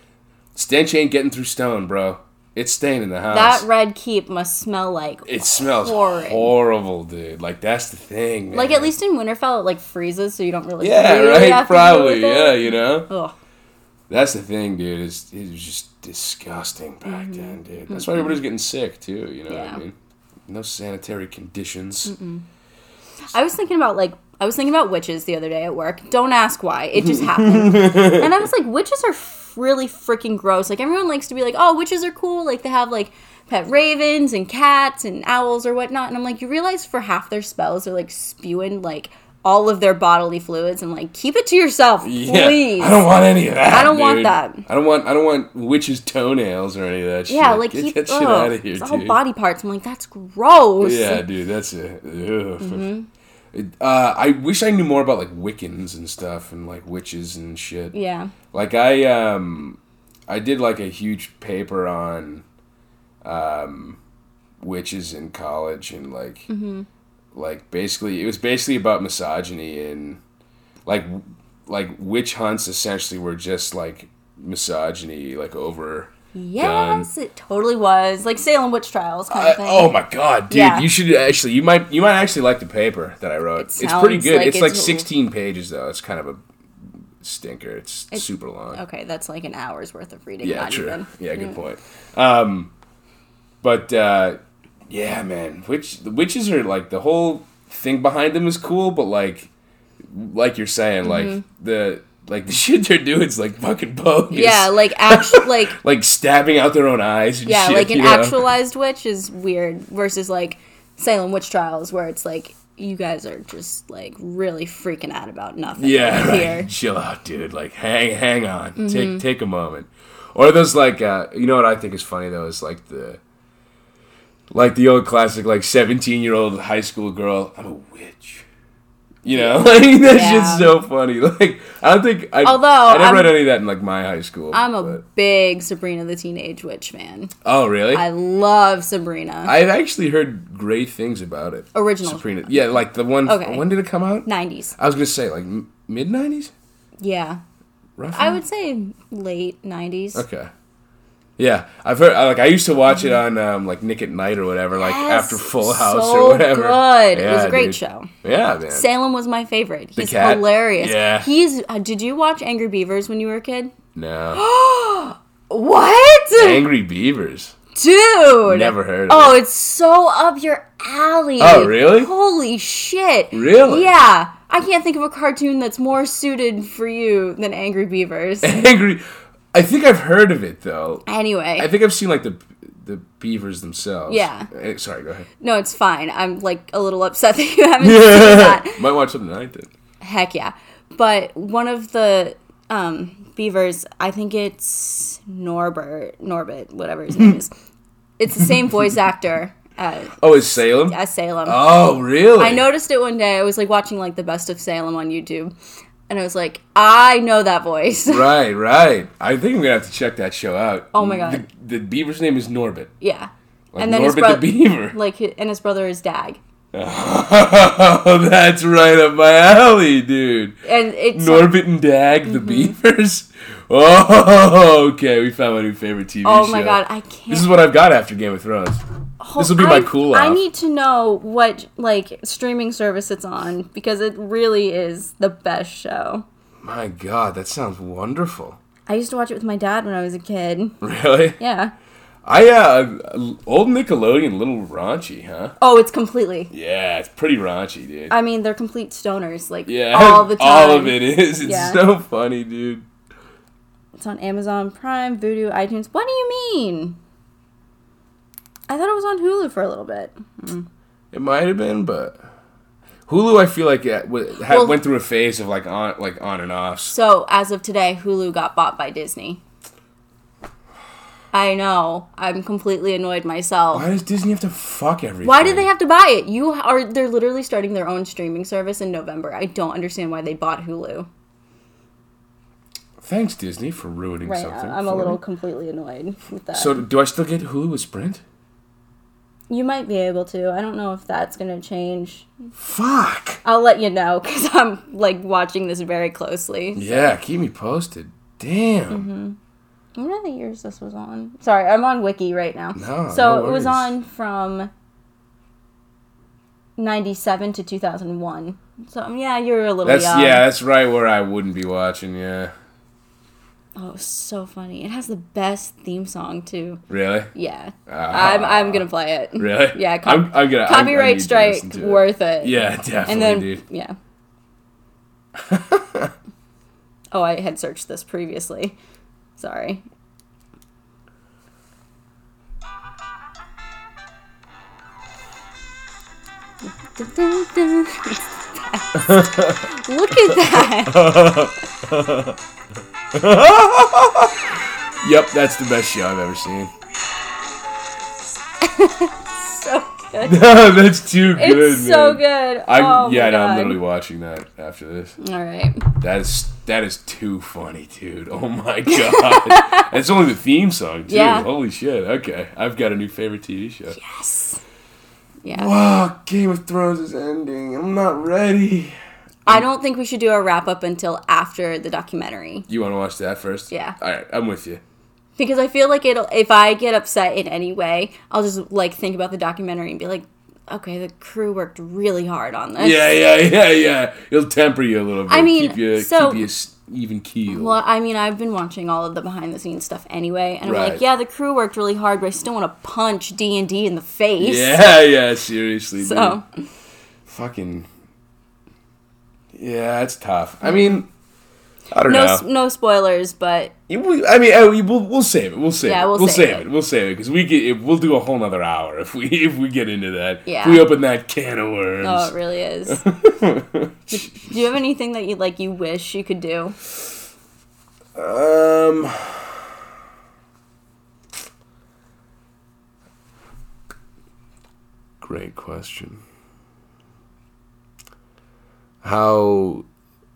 Speaker 2: stench ain't getting through stone, bro. It's staying in the house.
Speaker 1: That red keep must smell like
Speaker 2: it smells
Speaker 1: horrid.
Speaker 2: horrible, dude. Like that's the thing. Man.
Speaker 1: like at least in Winterfell it like freezes so you don't really
Speaker 2: yeah,
Speaker 1: feel it
Speaker 2: right,
Speaker 1: after
Speaker 2: probably,
Speaker 1: you go
Speaker 2: yeah,
Speaker 1: with it.
Speaker 2: you know.
Speaker 1: Ugh.
Speaker 2: That's the thing, dude. Is it was just disgusting back then, dude. That's why everybody's getting sick too. You know
Speaker 1: Mm-hmm.
Speaker 2: what
Speaker 1: Yeah.
Speaker 2: I mean? No sanitary conditions.
Speaker 1: I was thinking about like I was thinking about witches the other day at work. Don't ask why. It just happened. and I was like, witches are f- really freaking gross. Like everyone likes to be like, oh, witches are cool. Like they have like pet ravens and cats and owls or whatnot. And I'm like, you realize for half their spells, they're like spewing like all of their bodily fluids and like keep it to yourself,
Speaker 2: Yeah.
Speaker 1: please.
Speaker 2: I don't want any of that.
Speaker 1: I don't want
Speaker 2: dude.
Speaker 1: that.
Speaker 2: I don't want I don't want witches' toenails or any of that shit.
Speaker 1: yeah, like
Speaker 2: Get
Speaker 1: keep
Speaker 2: that shit
Speaker 1: ugh,
Speaker 2: out of here,
Speaker 1: it's all
Speaker 2: dude.
Speaker 1: body parts. I'm like, that's gross.
Speaker 2: Yeah, dude, that's a. ugh.
Speaker 1: Mm-hmm.
Speaker 2: It- Uh, I wish I knew more about like Wiccans and stuff and like witches and shit.
Speaker 1: Yeah.
Speaker 2: Like I um, I did like a huge paper on, um, witches in college and like,
Speaker 1: Mm-hmm.
Speaker 2: like basically it was basically about misogyny and, like, w- like witch hunts essentially were just like misogyny like over
Speaker 1: Yes, it totally was. Like Salem witch trials kind
Speaker 2: I-
Speaker 1: of thing.
Speaker 2: oh my god, dude!
Speaker 1: Yeah.
Speaker 2: You should actually you might you might actually like the paper that I wrote.
Speaker 1: It
Speaker 2: it's pretty
Speaker 1: sounds
Speaker 2: good.
Speaker 1: like
Speaker 2: it's like
Speaker 1: it's-
Speaker 2: sixteen pages though. It's kind of a stinker. It's, super long.
Speaker 1: Okay, that's like an hour's worth of reading.
Speaker 2: yeah,
Speaker 1: not
Speaker 2: true.
Speaker 1: even.
Speaker 2: Yeah, good point. Um, but uh, yeah, man, witch the witches are like the whole thing behind them is cool, but like like you're saying, like
Speaker 1: Mm-hmm.
Speaker 2: the like the shit they're doing is like fucking bogus.
Speaker 1: Yeah, like actual, like
Speaker 2: Like stabbing out their own eyes. And
Speaker 1: yeah,
Speaker 2: shit,
Speaker 1: like an
Speaker 2: you know?
Speaker 1: actualized witch is weird versus like Salem witch trials where it's like you guys are just like really freaking out about nothing.
Speaker 2: Yeah, right.
Speaker 1: here. Mm-hmm.
Speaker 2: chill out, dude. Like, hang, hang on. Take, take a moment. Or those like, uh, you know what I think is funny though is like the, like the old classic, like seventeen year old high school girl. I'm a witch. You know, like that
Speaker 1: Yeah.
Speaker 2: shit's so funny. Like, I don't think I.
Speaker 1: Although,
Speaker 2: I never
Speaker 1: I'm-
Speaker 2: read any of that in like my high school.
Speaker 1: I'm a
Speaker 2: but-
Speaker 1: big Sabrina the Teenage Witch fan.
Speaker 2: oh, really?
Speaker 1: I
Speaker 2: I,
Speaker 1: love Sabrina.
Speaker 2: have actually heard great things about it.
Speaker 1: Original.
Speaker 2: Sabrina. Yeah, like the one.
Speaker 1: Okay.
Speaker 2: When did it come out?
Speaker 1: 90s.
Speaker 2: I was gonna say like mid '90s,
Speaker 1: Yeah.
Speaker 2: roughly.
Speaker 1: I would say late 90s.
Speaker 2: Okay. Yeah, I've heard. I- Like I used to watch it on um, like Nick at Night or whatever, like
Speaker 1: Yes,
Speaker 2: after Full House
Speaker 1: so
Speaker 2: or whatever.
Speaker 1: good. It was
Speaker 2: Yeah,
Speaker 1: a great
Speaker 2: dude.
Speaker 1: show.
Speaker 2: Yeah, man.
Speaker 1: Salem was my favorite. He's
Speaker 2: cat?
Speaker 1: hilarious.
Speaker 2: Yeah.
Speaker 1: He's. Uh, did you watch Angry Beavers when you were a kid?
Speaker 2: no,
Speaker 1: What?
Speaker 2: Angry Beavers.
Speaker 1: Dude.
Speaker 2: Never heard. Of
Speaker 1: Oh,
Speaker 2: it.
Speaker 1: it's so up your alley.
Speaker 2: Oh, really?
Speaker 1: Holy shit.
Speaker 2: Really?
Speaker 1: Yeah. I can't think of a cartoon that's more suited for you than Angry Beavers.
Speaker 2: Angry. I think I've heard of it though.
Speaker 1: anyway.
Speaker 2: I think I've seen like the the beavers themselves.
Speaker 1: Yeah.
Speaker 2: Eh, Sorry, go ahead.
Speaker 1: no, it's fine. I'm like a little upset that you haven't seen that.
Speaker 2: Might watch something tonight then.
Speaker 1: Heck yeah. But one of the um, beavers, I think it's Norbert, Norbit, whatever his name is. It's the same voice actor as,
Speaker 2: Oh, it's Salem.
Speaker 1: as Salem.
Speaker 2: Oh, really?
Speaker 1: I noticed it one day. I was like watching like the best of Salem on YouTube, and I was like, I know that voice.
Speaker 2: Right, right. I think I'm gonna have to check that show out.
Speaker 1: Oh my God.
Speaker 2: The, the beaver's name is Norbit.
Speaker 1: yeah.
Speaker 2: Like
Speaker 1: and then his
Speaker 2: Norbit the
Speaker 1: brother,
Speaker 2: Beaver.
Speaker 1: like, hi- and his brother is Dag,
Speaker 2: Oh, that's right up my alley, dude.
Speaker 1: and it's
Speaker 2: Norbit and Dag,
Speaker 1: Mm-hmm.
Speaker 2: the Beavers. Oh, okay. We found my new favorite TV
Speaker 1: oh
Speaker 2: show.
Speaker 1: my god, I can't.
Speaker 2: This is what I've got after Game of Thrones. This will be my
Speaker 1: I-
Speaker 2: cool
Speaker 1: I
Speaker 2: off.
Speaker 1: need to know what like streaming service it's on because it really is the best show.
Speaker 2: My God, that sounds wonderful.
Speaker 1: I used to watch it with my dad when I was a kid.
Speaker 2: Really?
Speaker 1: Yeah.
Speaker 2: I uh, old Nickelodeon, little raunchy, huh?
Speaker 1: Oh, it's completely.
Speaker 2: Yeah, it's pretty raunchy, dude.
Speaker 1: I mean, they're complete stoners. Like
Speaker 2: yeah,
Speaker 1: all the time.
Speaker 2: All of it is. It's
Speaker 1: Yeah.
Speaker 2: so funny, dude.
Speaker 1: It's on Amazon Prime, Vudu, iTunes. What do you mean? I thought it was on Hulu for a little bit.
Speaker 2: It might have been, but Hulu, I feel like yeah, w- had,
Speaker 1: Well-
Speaker 2: went through a phase of like on like on and offs.
Speaker 1: So as of today, Hulu got bought by Disney. I know. I'm completely annoyed myself.
Speaker 2: Why does Disney have to fuck everything?
Speaker 1: Why did they have to buy it? You are they're literally starting their own streaming service in November. I don't understand why they bought Hulu.
Speaker 2: Thanks Disney for ruining
Speaker 1: Right.
Speaker 2: something.
Speaker 1: I'm a
Speaker 2: for
Speaker 1: little
Speaker 2: me.
Speaker 1: completely annoyed with that.
Speaker 2: So do I still get Hulu with Sprint?
Speaker 1: you might be able to. I don't know if that's going to change.
Speaker 2: Fuck.
Speaker 1: I'll let you know cuz I'm like watching this very closely.
Speaker 2: Yeah, keep me posted.
Speaker 1: Mm-hmm.
Speaker 2: Damn.
Speaker 1: I wonder the years this was on. Sorry, I'm on Wiki right now.
Speaker 2: No,
Speaker 1: so
Speaker 2: no
Speaker 1: it was
Speaker 2: worries.
Speaker 1: on from 97 to 2001. So um, yeah, you're a little
Speaker 2: That's
Speaker 1: young.
Speaker 2: yeah, that's right where I wouldn't be watching. Yeah,
Speaker 1: Oh, so funny. It has the best theme song too.
Speaker 2: really,
Speaker 1: Yeah. I'm I'm going to play it.
Speaker 2: really.
Speaker 1: Yeah,
Speaker 2: I'm, I'm gonna I'm- Ah. I
Speaker 1: Copyright
Speaker 2: need to
Speaker 1: strike
Speaker 2: listen to it.
Speaker 1: worth it.
Speaker 2: Yeah, definitely,
Speaker 1: And then
Speaker 2: dude.
Speaker 1: yeah. Oh, I had searched this previously. Sorry. Look at that.
Speaker 2: Yep, that's the best show I've ever seen.
Speaker 1: So good.
Speaker 2: that's too good.
Speaker 1: It's so
Speaker 2: man.
Speaker 1: good.
Speaker 2: I'm
Speaker 1: oh
Speaker 2: yeah,
Speaker 1: my
Speaker 2: no,
Speaker 1: God.
Speaker 2: I'm literally watching that after this.
Speaker 1: All right.
Speaker 2: That is that is too funny, dude. Oh my god, it's only the theme song too.
Speaker 1: Yeah.
Speaker 2: Holy shit. Okay, I've got a new favorite TV show.
Speaker 1: Yeah.
Speaker 2: Wow, Game of Thrones is ending. I'm not ready.
Speaker 1: I don't think we should do a wrap up until after the documentary
Speaker 2: You want to watch that first?
Speaker 1: Yeah.
Speaker 2: All right, I'm with you.
Speaker 1: because I feel like it'll. If I get upset in any way, I'll just like think about the documentary and be like, okay, the crew worked really hard on this.
Speaker 2: Yeah, yeah, yeah, yeah. It'll temper you a little bit.
Speaker 1: I mean,
Speaker 2: keep you,
Speaker 1: so-
Speaker 2: keep you s- even keel.
Speaker 1: Well, I mean, I've been watching all of the behind the scenes stuff anyway, and I'm
Speaker 2: Right.
Speaker 1: like, yeah, the crew worked really hard, but I still want to punch D and D in the face.
Speaker 2: yeah, Mm-hmm. yeah. Seriously, dude.
Speaker 1: So
Speaker 2: fucking. Yeah, it's tough. I mean, I don't
Speaker 1: no
Speaker 2: know.
Speaker 1: s- no spoilers, but
Speaker 2: Yeah, we- I mean, uh, we- we'll, we'll save it. We'll save
Speaker 1: Yeah,
Speaker 2: it.
Speaker 1: we'll
Speaker 2: We'll
Speaker 1: save
Speaker 2: save,
Speaker 1: it.
Speaker 2: it. We'll save it because we get if we'll do a whole nother hour if we if we get into that. If
Speaker 1: Yeah.
Speaker 2: we open that can of worms.
Speaker 1: oh, it really is. do you have anything that you like? You wish you could do? Oh,
Speaker 2: Um. Great question. How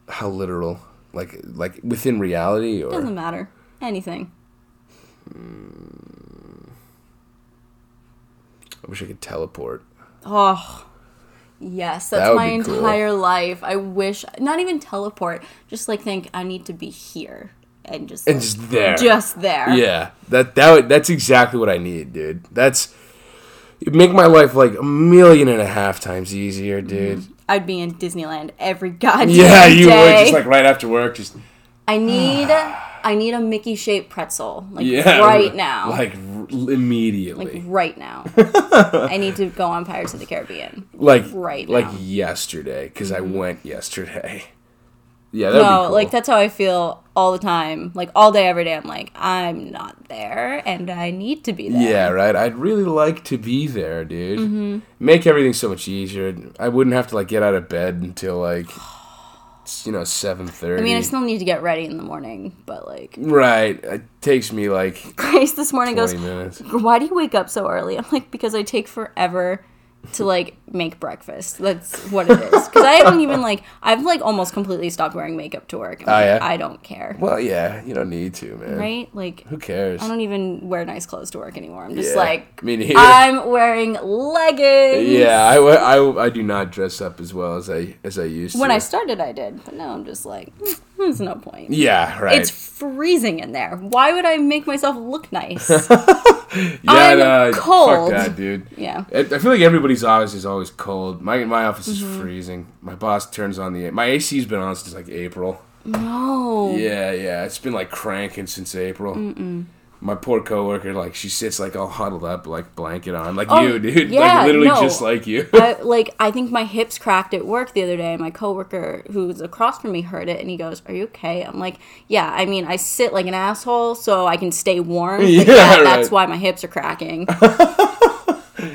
Speaker 2: how literal? Like like within reality or
Speaker 1: Doesn't matter. Anything.
Speaker 2: I wish I could teleport.
Speaker 1: Oh, yes. That's
Speaker 2: That would
Speaker 1: my
Speaker 2: be cool.
Speaker 1: entire life. I wish, not even teleport, just like think I need to be here and just,
Speaker 2: And just there.
Speaker 1: just there.
Speaker 2: Yeah, that that would, that's exactly what I need, dude. That's it'd make my life like a million and a half times easier, dude.
Speaker 1: I'd be in Disneyland Mm-hmm. every goddamn
Speaker 2: Yeah,
Speaker 1: day.
Speaker 2: you would just like right after work, just
Speaker 1: I need, I need a Mickey shaped pretzel. Like
Speaker 2: yeah,
Speaker 1: right now.
Speaker 2: like r- immediately,
Speaker 1: right now. I need to go on Pirates of the Caribbean.
Speaker 2: like
Speaker 1: right
Speaker 2: like
Speaker 1: now. Mm-hmm.
Speaker 2: yesterday because I went yesterday. Yeah, that'd
Speaker 1: No,
Speaker 2: be cool.
Speaker 1: like that's how I feel all the time. Like all day, every day, I'm like, I'm not there and I need to be there.
Speaker 2: Yeah, right. I'd really like to be there, dude.
Speaker 1: Mm-hmm.
Speaker 2: Make everything so much easier. I wouldn't have to like get out of bed until like s- you know seven thirty.
Speaker 1: I mean, I still need to get ready in the morning, but like,
Speaker 2: Right. It takes me like
Speaker 1: Grace this morning goes,
Speaker 2: 20 minutes.
Speaker 1: Why do you wake up so early? I'm like, Because I take forever to like make breakfast. That's what it is. Because I don't even like, I've like almost completely stopped wearing makeup to work. I'm like,
Speaker 2: Oh, yeah?
Speaker 1: I don't care.
Speaker 2: Well, yeah, you don't need to, man.
Speaker 1: Right? Um, Like,
Speaker 2: Who cares?
Speaker 1: I don't even wear nice clothes to work anymore. I'm just
Speaker 2: Yeah.
Speaker 1: like,
Speaker 2: me neither.
Speaker 1: I'm wearing leggings.
Speaker 2: yeah, I, wa- I, wa- I do not dress up as well as I as I used
Speaker 1: When
Speaker 2: to.
Speaker 1: I started, I did, but now I'm just like, hmm, there's no point.
Speaker 2: yeah, right.
Speaker 1: It's freezing in there. Why would I make myself look nice?
Speaker 2: yeah,
Speaker 1: I'm
Speaker 2: nah,
Speaker 1: cold.
Speaker 2: Fuck that, dude.
Speaker 1: yeah.
Speaker 2: I I feel like everybody's office is always cold. My my office is
Speaker 1: Mm-hmm.
Speaker 2: freezing. My boss turns on the my AC's been on since like April.
Speaker 1: No.
Speaker 2: Yeah, yeah, it's been like cranking since April. My poor coworker, like she sits like all huddled up, like blanket on, like
Speaker 1: Oh,
Speaker 2: you, dude,
Speaker 1: yeah,
Speaker 2: like literally
Speaker 1: no.
Speaker 2: just like you.
Speaker 1: I, like I think my hips cracked at work the other day. and My coworker who's across from me heard it, and he goes, "Are you okay?" I'm like, "Yeah." I mean, I sit like an asshole, so I can stay warm. Like,
Speaker 2: Yeah,
Speaker 1: that- That's
Speaker 2: right.
Speaker 1: why my hips are cracking.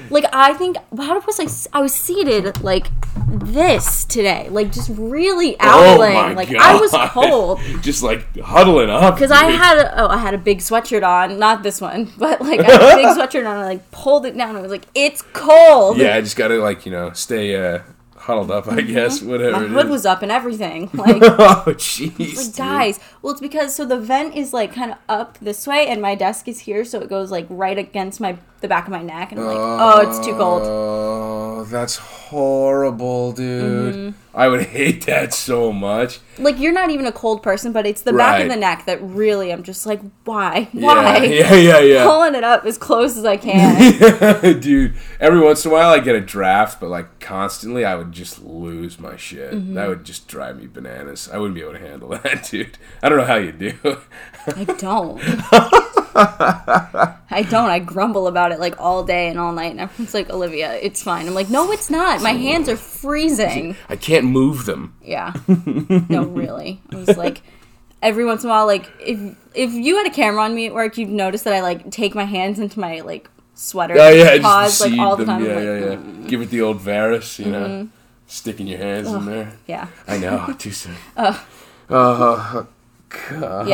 Speaker 1: like I think how was I? s- I was seated like this today, like just
Speaker 2: Oh
Speaker 1: really outling. like I was cold.
Speaker 2: Just like huddling up.
Speaker 1: Because I had a, oh, I had a big sweatshirt on, not this one, but like I had a big sweatshirt on. and I like pulled it down. and I was like, "It's cold."
Speaker 2: Yeah, I just gotta like you know stay uh, huddled up. I guess whatever.
Speaker 1: Mm-hmm. my
Speaker 2: it
Speaker 1: hood
Speaker 2: is.
Speaker 1: was up and everything. Like,
Speaker 2: oh jeez,
Speaker 1: like
Speaker 2: dude.
Speaker 1: guys, well, it's because so the vent is like kind of up this way, and my desk is here, so it goes like right against my the back of my neck, and I'm like, oh, it's too cold.
Speaker 2: Oh, that's horrible, dude.
Speaker 1: Mm-hmm.
Speaker 2: I would hate that so much.
Speaker 1: Like you're not even a cold person, but it's the back of
Speaker 2: Right.
Speaker 1: the neck that really I'm just like, why, why?
Speaker 2: Yeah, yeah, yeah,
Speaker 1: Pulling it up as close as I can.
Speaker 2: yeah. dude, every once in a while I get a draft, but like constantly I would just lose my shit.
Speaker 1: Mm-hmm.
Speaker 2: That would just drive me bananas. I wouldn't be able to handle that, dude. I don't know how you do.
Speaker 1: I don't. I don't. I grumble about it like all day and all night, and everyone's like, Olivia, it's fine. I'm like, no, it's not. My hands are freezing.
Speaker 2: I can't move them.
Speaker 1: Yeah. No, really. I was like, every once in a while, like if if you had a camera on me at work, you'd notice that I like take my hands into my like sweater,
Speaker 2: Oh yeah,
Speaker 1: and paws
Speaker 2: just
Speaker 1: like
Speaker 2: seed
Speaker 1: all the
Speaker 2: them.
Speaker 1: time.
Speaker 2: Yeah,
Speaker 1: I'm
Speaker 2: yeah,
Speaker 1: like, "Mm, mm-hmm.
Speaker 2: yeah. Give it the old Varus, you know, sticking your hands in there.
Speaker 1: yeah.
Speaker 2: I know, too soon. Oh,
Speaker 1: Yeah,
Speaker 2: Uh-huh.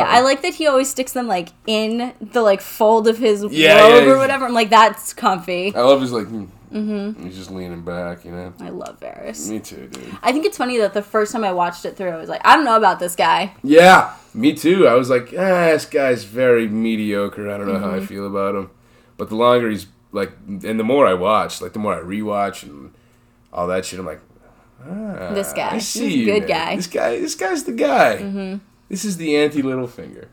Speaker 1: I like that he always sticks them like in the like fold of his
Speaker 2: Yeah,
Speaker 1: robe
Speaker 2: yeah.
Speaker 1: or whatever. I'm like, that's comfy.
Speaker 2: I love his like. Mm-hmm. He's just leaning back, you know.
Speaker 1: I love Varys.
Speaker 2: Me too, dude.
Speaker 1: I think it's funny that the first time I watched it through, I was like, I don't know about this guy.
Speaker 2: Yeah, me too. I was like, ah, this guy's very mediocre. I don't know
Speaker 1: Mm-hmm.
Speaker 2: how I feel about him. But the longer he's like, and the more I watch, like the more I rewatch and all that shit, I'm like, ah,
Speaker 1: This guy.
Speaker 2: I
Speaker 1: He's
Speaker 2: see
Speaker 1: a
Speaker 2: you,
Speaker 1: good
Speaker 2: man.
Speaker 1: guy.
Speaker 2: This guy, this guy's the guy. Mm-hmm. This is the anti Littlefinger,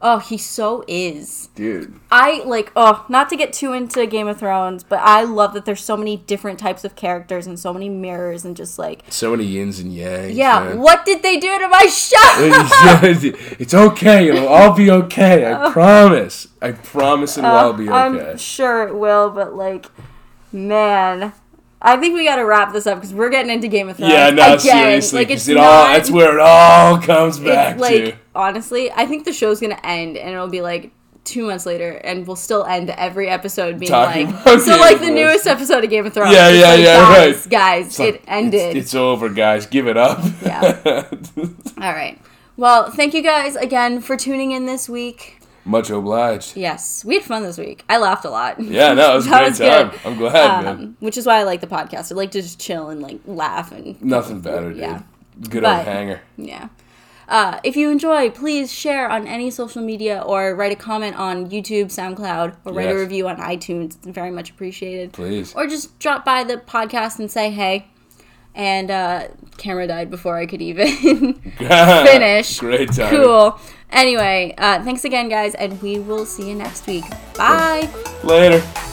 Speaker 1: Oh, he so is.
Speaker 2: dude.
Speaker 1: I like oh, not to get too into Game of Thrones, but I love that there's so many different types of characters and so many mirrors and just like
Speaker 2: So many yins and yangs.
Speaker 1: yeah,
Speaker 2: man.
Speaker 1: what did they do to my show?
Speaker 2: it's okay. It'll all be okay.
Speaker 1: Oh.
Speaker 2: I promise. I promise it'll all be okay.
Speaker 1: I'm sure it will, but like man, I think we got to wrap this up because we're getting into Game of Thrones.
Speaker 2: yeah, no,
Speaker 1: again.
Speaker 2: seriously.
Speaker 1: like
Speaker 2: 'cause
Speaker 1: it's
Speaker 2: it
Speaker 1: not,
Speaker 2: all, that's where it all comes back
Speaker 1: it's like
Speaker 2: to.
Speaker 1: honestly, I think the show's gonna end and it'll be like. Two months later, and we'll still end every episode being
Speaker 2: Talking about
Speaker 1: like, so
Speaker 2: Game
Speaker 1: like
Speaker 2: of
Speaker 1: the
Speaker 2: Thrones.
Speaker 1: newest episode of Game of Thrones.
Speaker 2: Yeah,
Speaker 1: It's
Speaker 2: yeah,
Speaker 1: like,
Speaker 2: yeah,
Speaker 1: guys,
Speaker 2: right.
Speaker 1: Guys,
Speaker 2: Like,
Speaker 1: it ended.
Speaker 2: It's, it's over, guys. Give it up.
Speaker 1: Yeah. All right. Well, thank you guys again for tuning in this week.
Speaker 2: Much obliged.
Speaker 1: Yes, we had fun this week. I laughed a lot.
Speaker 2: Yeah, no, it was a
Speaker 1: That
Speaker 2: great
Speaker 1: was
Speaker 2: time.
Speaker 1: good.
Speaker 2: I'm glad, man.
Speaker 1: Um, which is why I like the podcast. I like to just chill and like laugh and
Speaker 2: Nothing better, dude.
Speaker 1: yeah.
Speaker 2: Good
Speaker 1: But-
Speaker 2: old hanger.
Speaker 1: yeah. Uh, if you enjoy, please share on any social media or write a comment on YouTube, SoundCloud, or write a
Speaker 2: Yes.
Speaker 1: review on iTunes. It's very much appreciated.
Speaker 2: Please.
Speaker 1: Or just drop by the podcast and say hey. And uh, camera died before I could even. finish.
Speaker 2: Great time.
Speaker 1: cool. Anyway, uh, thanks again, guys, and we will see you next week. Bye.
Speaker 2: Later.